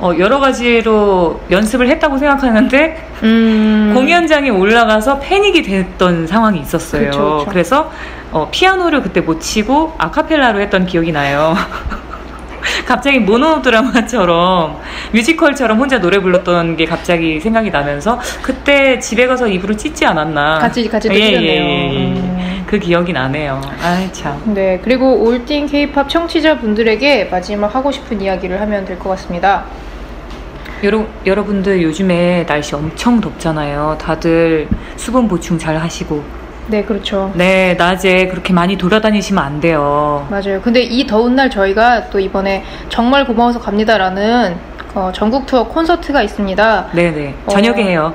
Speaker 8: 어, 여러 가지로 연습을 했다고 생각하는데
Speaker 9: 음...
Speaker 8: 공연장에 올라가서 패닉이 됐던 상황이 있었어요.
Speaker 9: 그쵸, 그쵸.
Speaker 8: 래서 어, 피아노를 그때 못 치고 아카펠라로 했던 기억이 나요. 갑자기 모노드라마처럼 뮤지컬처럼 혼자 노래 불렀던 게 갑자기 생각이 나면서 그때 집에 가서 이불을 찢지 않았나. 예,
Speaker 9: 같이- 같이 또 찢었네요. 음.
Speaker 8: 그 기억이 나네요. 아이 참.
Speaker 9: 네, 그리고 올띵 케이팝 청취자분들에게 마지막 하고 싶은 이야기를 하면 될 것 같습니다.
Speaker 8: 여러, 여러분들 요즘에 날씨 엄청 덥잖아요. 다들 수분 보충 잘 하시고.
Speaker 9: 네, 그렇죠.
Speaker 8: 네, 낮에 그렇게 많이 돌아다니시면 안 돼요.
Speaker 9: 맞아요. 근데 이 더운 날 저희가 또 이번에 정말 고마워서 갑니다라는 어, 전국 투어 콘서트가 있습니다.
Speaker 8: 네네.
Speaker 9: 어.
Speaker 8: 저녁에 해요.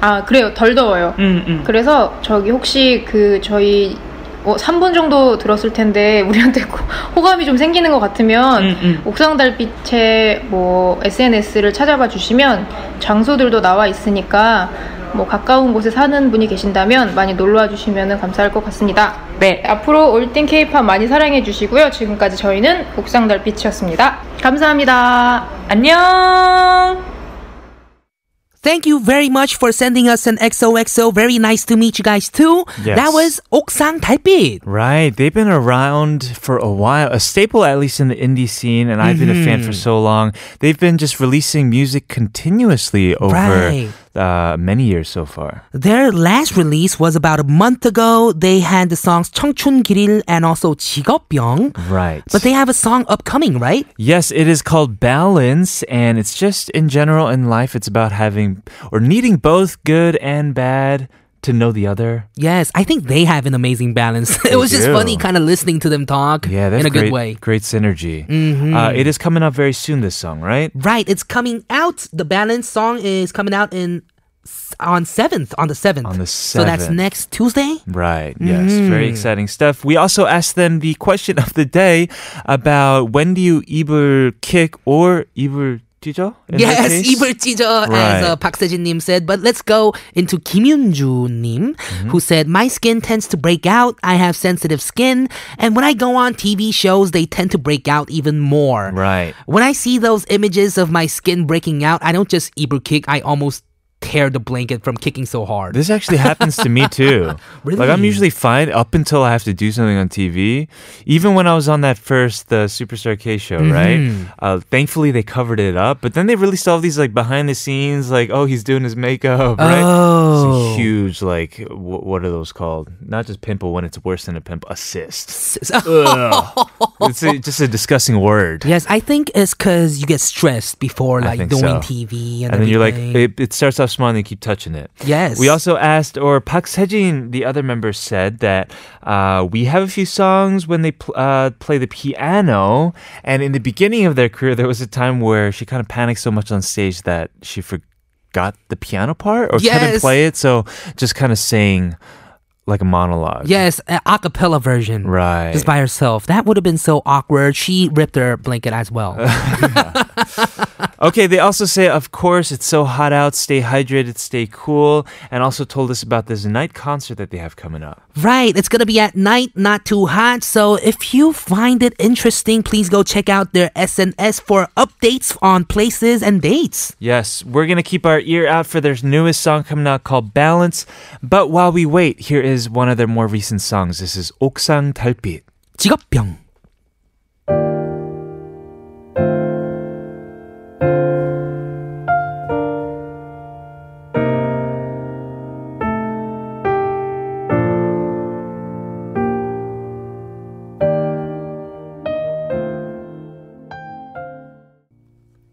Speaker 9: 아, 그래요. 덜 더워요.
Speaker 8: 음, 음.
Speaker 9: 그래서 저기 혹시 그 저희 어, 3분 정도 들었을 텐데 우리한테 고- 호감이 좀 생기는 것 같으면
Speaker 8: 음, 음.
Speaker 9: 옥상 달빛의 뭐 SNS를 찾아봐 주시면 장소들도 나와 있으니까 뭐 가까운 곳에 사는 분이 계신다면 많이 놀러와 주시면 감사할 것 같습니다.
Speaker 8: 네.
Speaker 9: 앞으로 올띵 케이팝 많이 사랑해 주시고요. 지금까지 저희는 옥상 달빛이었습니다. 감사합니다.
Speaker 8: 안녕!
Speaker 2: Thank you very much for sending us an XOXO. Very nice to meet you guys too.
Speaker 1: Yes.
Speaker 2: That was Oksang Taipei.
Speaker 1: Right. They've been around for a while, a staple at least in the indie scene, and I've been a fan
Speaker 2: Mm-hmm.
Speaker 1: for so long. They've been just releasing music continuously over
Speaker 2: Right.
Speaker 1: uh, many years so far.
Speaker 2: Their last release was about a month ago. They had the songs 청춘 길일 and also 직업병.
Speaker 1: Right.
Speaker 2: But they have a song upcoming, right?
Speaker 1: Yes, it is called Balance, and it's just in general in life, it's about having or needing both good and bad to know the other.
Speaker 2: Yes, I think they have an amazing balance. it was just
Speaker 1: do.
Speaker 2: funny kind of listening to them talk
Speaker 1: Yeah, that's
Speaker 2: in a
Speaker 1: great,
Speaker 2: good way. Mm-hmm.
Speaker 1: great synergy. Uh, it is coming up very soon, this song, right?
Speaker 2: Right, it's coming out. The balance song is coming out in s- on 7th, on the 7th.
Speaker 1: On the
Speaker 2: So that's
Speaker 1: 7th.
Speaker 2: next Tuesday?
Speaker 1: Right, yes. Very
Speaker 2: Mm-hmm.
Speaker 1: exciting stuff. We also asked them the question of the day about when do you evil kick or evil 찢어? in their
Speaker 2: Yes,
Speaker 1: case?
Speaker 2: 입을 찢어, as uh,
Speaker 1: Right.
Speaker 2: Park Sejin-nim said. But let's go into Kim Yun-ju-nim,
Speaker 1: Mm-hmm.
Speaker 2: who said, My skin tends to break out. I have sensitive skin. And when I go on TV shows, they tend to break out even more.
Speaker 1: Right.
Speaker 2: When I see those images of my skin breaking out, I don't just Ibur kick, I almost tear the blanket from kicking so hard.
Speaker 1: This actually happens to me too. Like I'm
Speaker 2: Really?
Speaker 1: usually fine up until I have to do something on TV. Even when I was on that first the Superstar K show,
Speaker 2: Mm-hmm.
Speaker 1: right? Uh, thankfully they covered it up, but then they released all these like behind the scenes, like oh he's doing his makeup, right? It's
Speaker 2: Oh.
Speaker 1: a huge like wh- what are those called? Not just pimple when it's worse than a pimple, a cyst. Ugh. it's a, just a disgusting word.
Speaker 2: Yes, I think it's because you get stressed before
Speaker 1: I
Speaker 2: like
Speaker 1: think
Speaker 2: doing
Speaker 1: so.
Speaker 2: TV and,
Speaker 1: And then you're like,
Speaker 2: everything.
Speaker 1: it, it starts off small and you keep touching it.
Speaker 2: Yes.
Speaker 1: We also asked, or Park Sejin, the other member, said that uh, we have a few songs when they pl- uh, play the piano, and in the beginning of their career, there was a time where she kind of panicked so much on stage that she forgot the piano part or couldn't
Speaker 2: Yes.
Speaker 1: play it, so just kind of sang like a monologue.
Speaker 2: Yes, an a cappella version.
Speaker 1: Right.
Speaker 2: Just by herself. That would have been so awkward. She ripped her blanket as well.
Speaker 1: Okay, they also say, of course, it's so hot out, stay hydrated, stay cool, and also told us about this night concert that they have coming up.
Speaker 2: right. It's going to be at night, not too hot. So if you find it interesting, please go check out their SNS for updates on places and dates.
Speaker 1: Yes, we're going to keep our ear out for their newest song coming out called Balance. But while we wait, here is one of their more recent songs. This is 옥상 달빛.
Speaker 2: 직업병.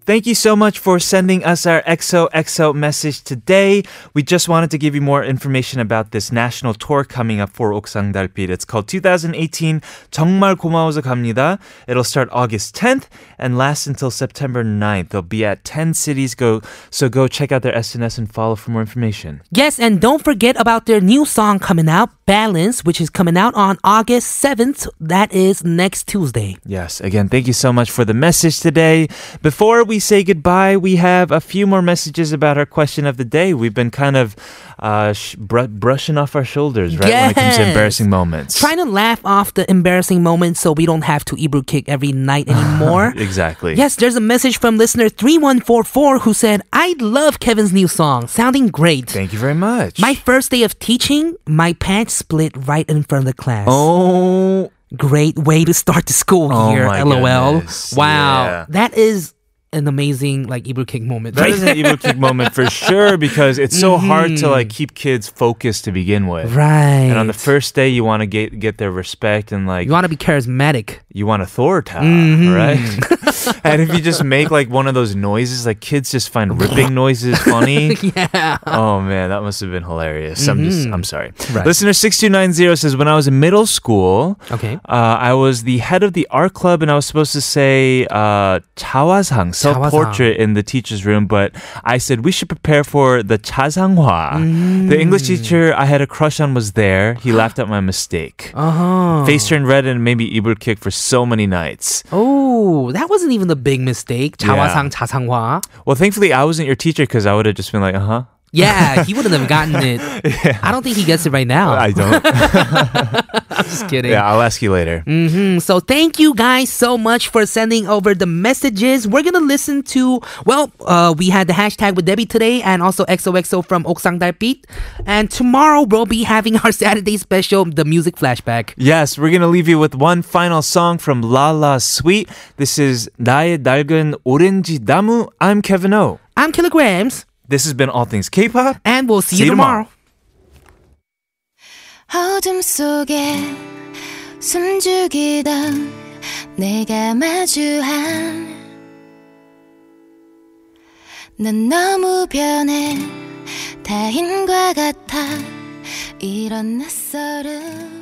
Speaker 1: Thank you so much for sending us our XOXO message today. We just wanted to give you more information about this national tour coming up for 옥상 달빛. It's called 2018 정말 고마워서 갑니다. It'll start August 10th and last until September 9th. They'll be at 10 cities. Go so go check out their SNS and follow for more information.
Speaker 2: Yes, and don't forget about their new song coming out, Balance, which is coming out on August 7th. That is next Tuesday.
Speaker 1: Yes, again, thank you so much for the message today. Before we say goodbye, we have a few more messages about our question of the day. We've been kind of uh, sh- br- brushing off our shoulders, right? When it comes to
Speaker 2: Yes.
Speaker 1: embarrassing moments.
Speaker 2: Trying to laugh off the embarrassing moments so we don't have to Ebru kick every night anymore.
Speaker 1: exactly.
Speaker 2: Yes, there's a message from listener 3144 who said, I love Kevin's new song, sounding great.
Speaker 1: Thank you very much.
Speaker 2: My first day of teaching, my pants split right in front of the class.
Speaker 1: Oh.
Speaker 2: Great way to start the school
Speaker 1: Oh
Speaker 2: year,
Speaker 1: my
Speaker 2: lol.
Speaker 1: goodness,
Speaker 2: Wow.
Speaker 1: yeah.
Speaker 2: That is an amazing like Ibu King moment.
Speaker 1: That is an evil kick moment for sure because it's so hard to like keep kids focused to begin with.
Speaker 2: Mm-hmm. right.
Speaker 1: And on the first day, you want to get get their respect and like
Speaker 2: you want to be charismatic.
Speaker 1: you want authority,
Speaker 2: Mm-hmm.
Speaker 1: right? and if you just make like one of those noises, like kids just find ripping noises funny.
Speaker 2: Yeah. Mm-hmm.
Speaker 1: Oh man, that must have been hilarious. I'm just, I'm sorry.
Speaker 2: Right.
Speaker 1: Listener six two nine zero says, when I was in middle school,
Speaker 2: Okay.
Speaker 1: uh, I was the head of the art club, and I was supposed to say uh, 자화상, self portrait, in the teacher's room. But I said we should prepare for the 자상화.
Speaker 2: Mm.
Speaker 1: The English teacher I had a crush on was there. He laughed at my mistake.
Speaker 2: Uh-huh.
Speaker 1: Face turned red and maybe Ibul kick for so many nights.
Speaker 2: Oh, that wasn't even a big mistake.
Speaker 1: Yeah.
Speaker 2: 자화상 자상화.
Speaker 1: Well, thankfully, I wasn't your teacher because I would have just been like, uh huh.
Speaker 2: Yeah, he wouldn't have gotten it. I don't think he gets it right now.
Speaker 1: I don't.
Speaker 2: Just kidding.
Speaker 1: yeah, I'll ask you later.
Speaker 2: Mm, So thank you guys so much for sending over the messages. We're gonna listen to well, uh, we had the hashtag with Debbie today, and also XOXO from Oksang Beat. And tomorrow we'll be having our Saturday special, the music flashback.
Speaker 1: Yes, we're gonna leave you with one final song from La La Sweet. This is 나의 낡은 오렌지 나무. I'm Kevin O.
Speaker 2: I'm Kilograms,
Speaker 1: This has been All Things K-pop.
Speaker 2: and we'll see,
Speaker 1: See
Speaker 2: you
Speaker 1: you
Speaker 2: tomorrow.
Speaker 1: tomorrow.
Speaker 6: 어둠 속에 숨죽이던 내가 마주한 난 너무 변해 타인과 같아 이런 낯설음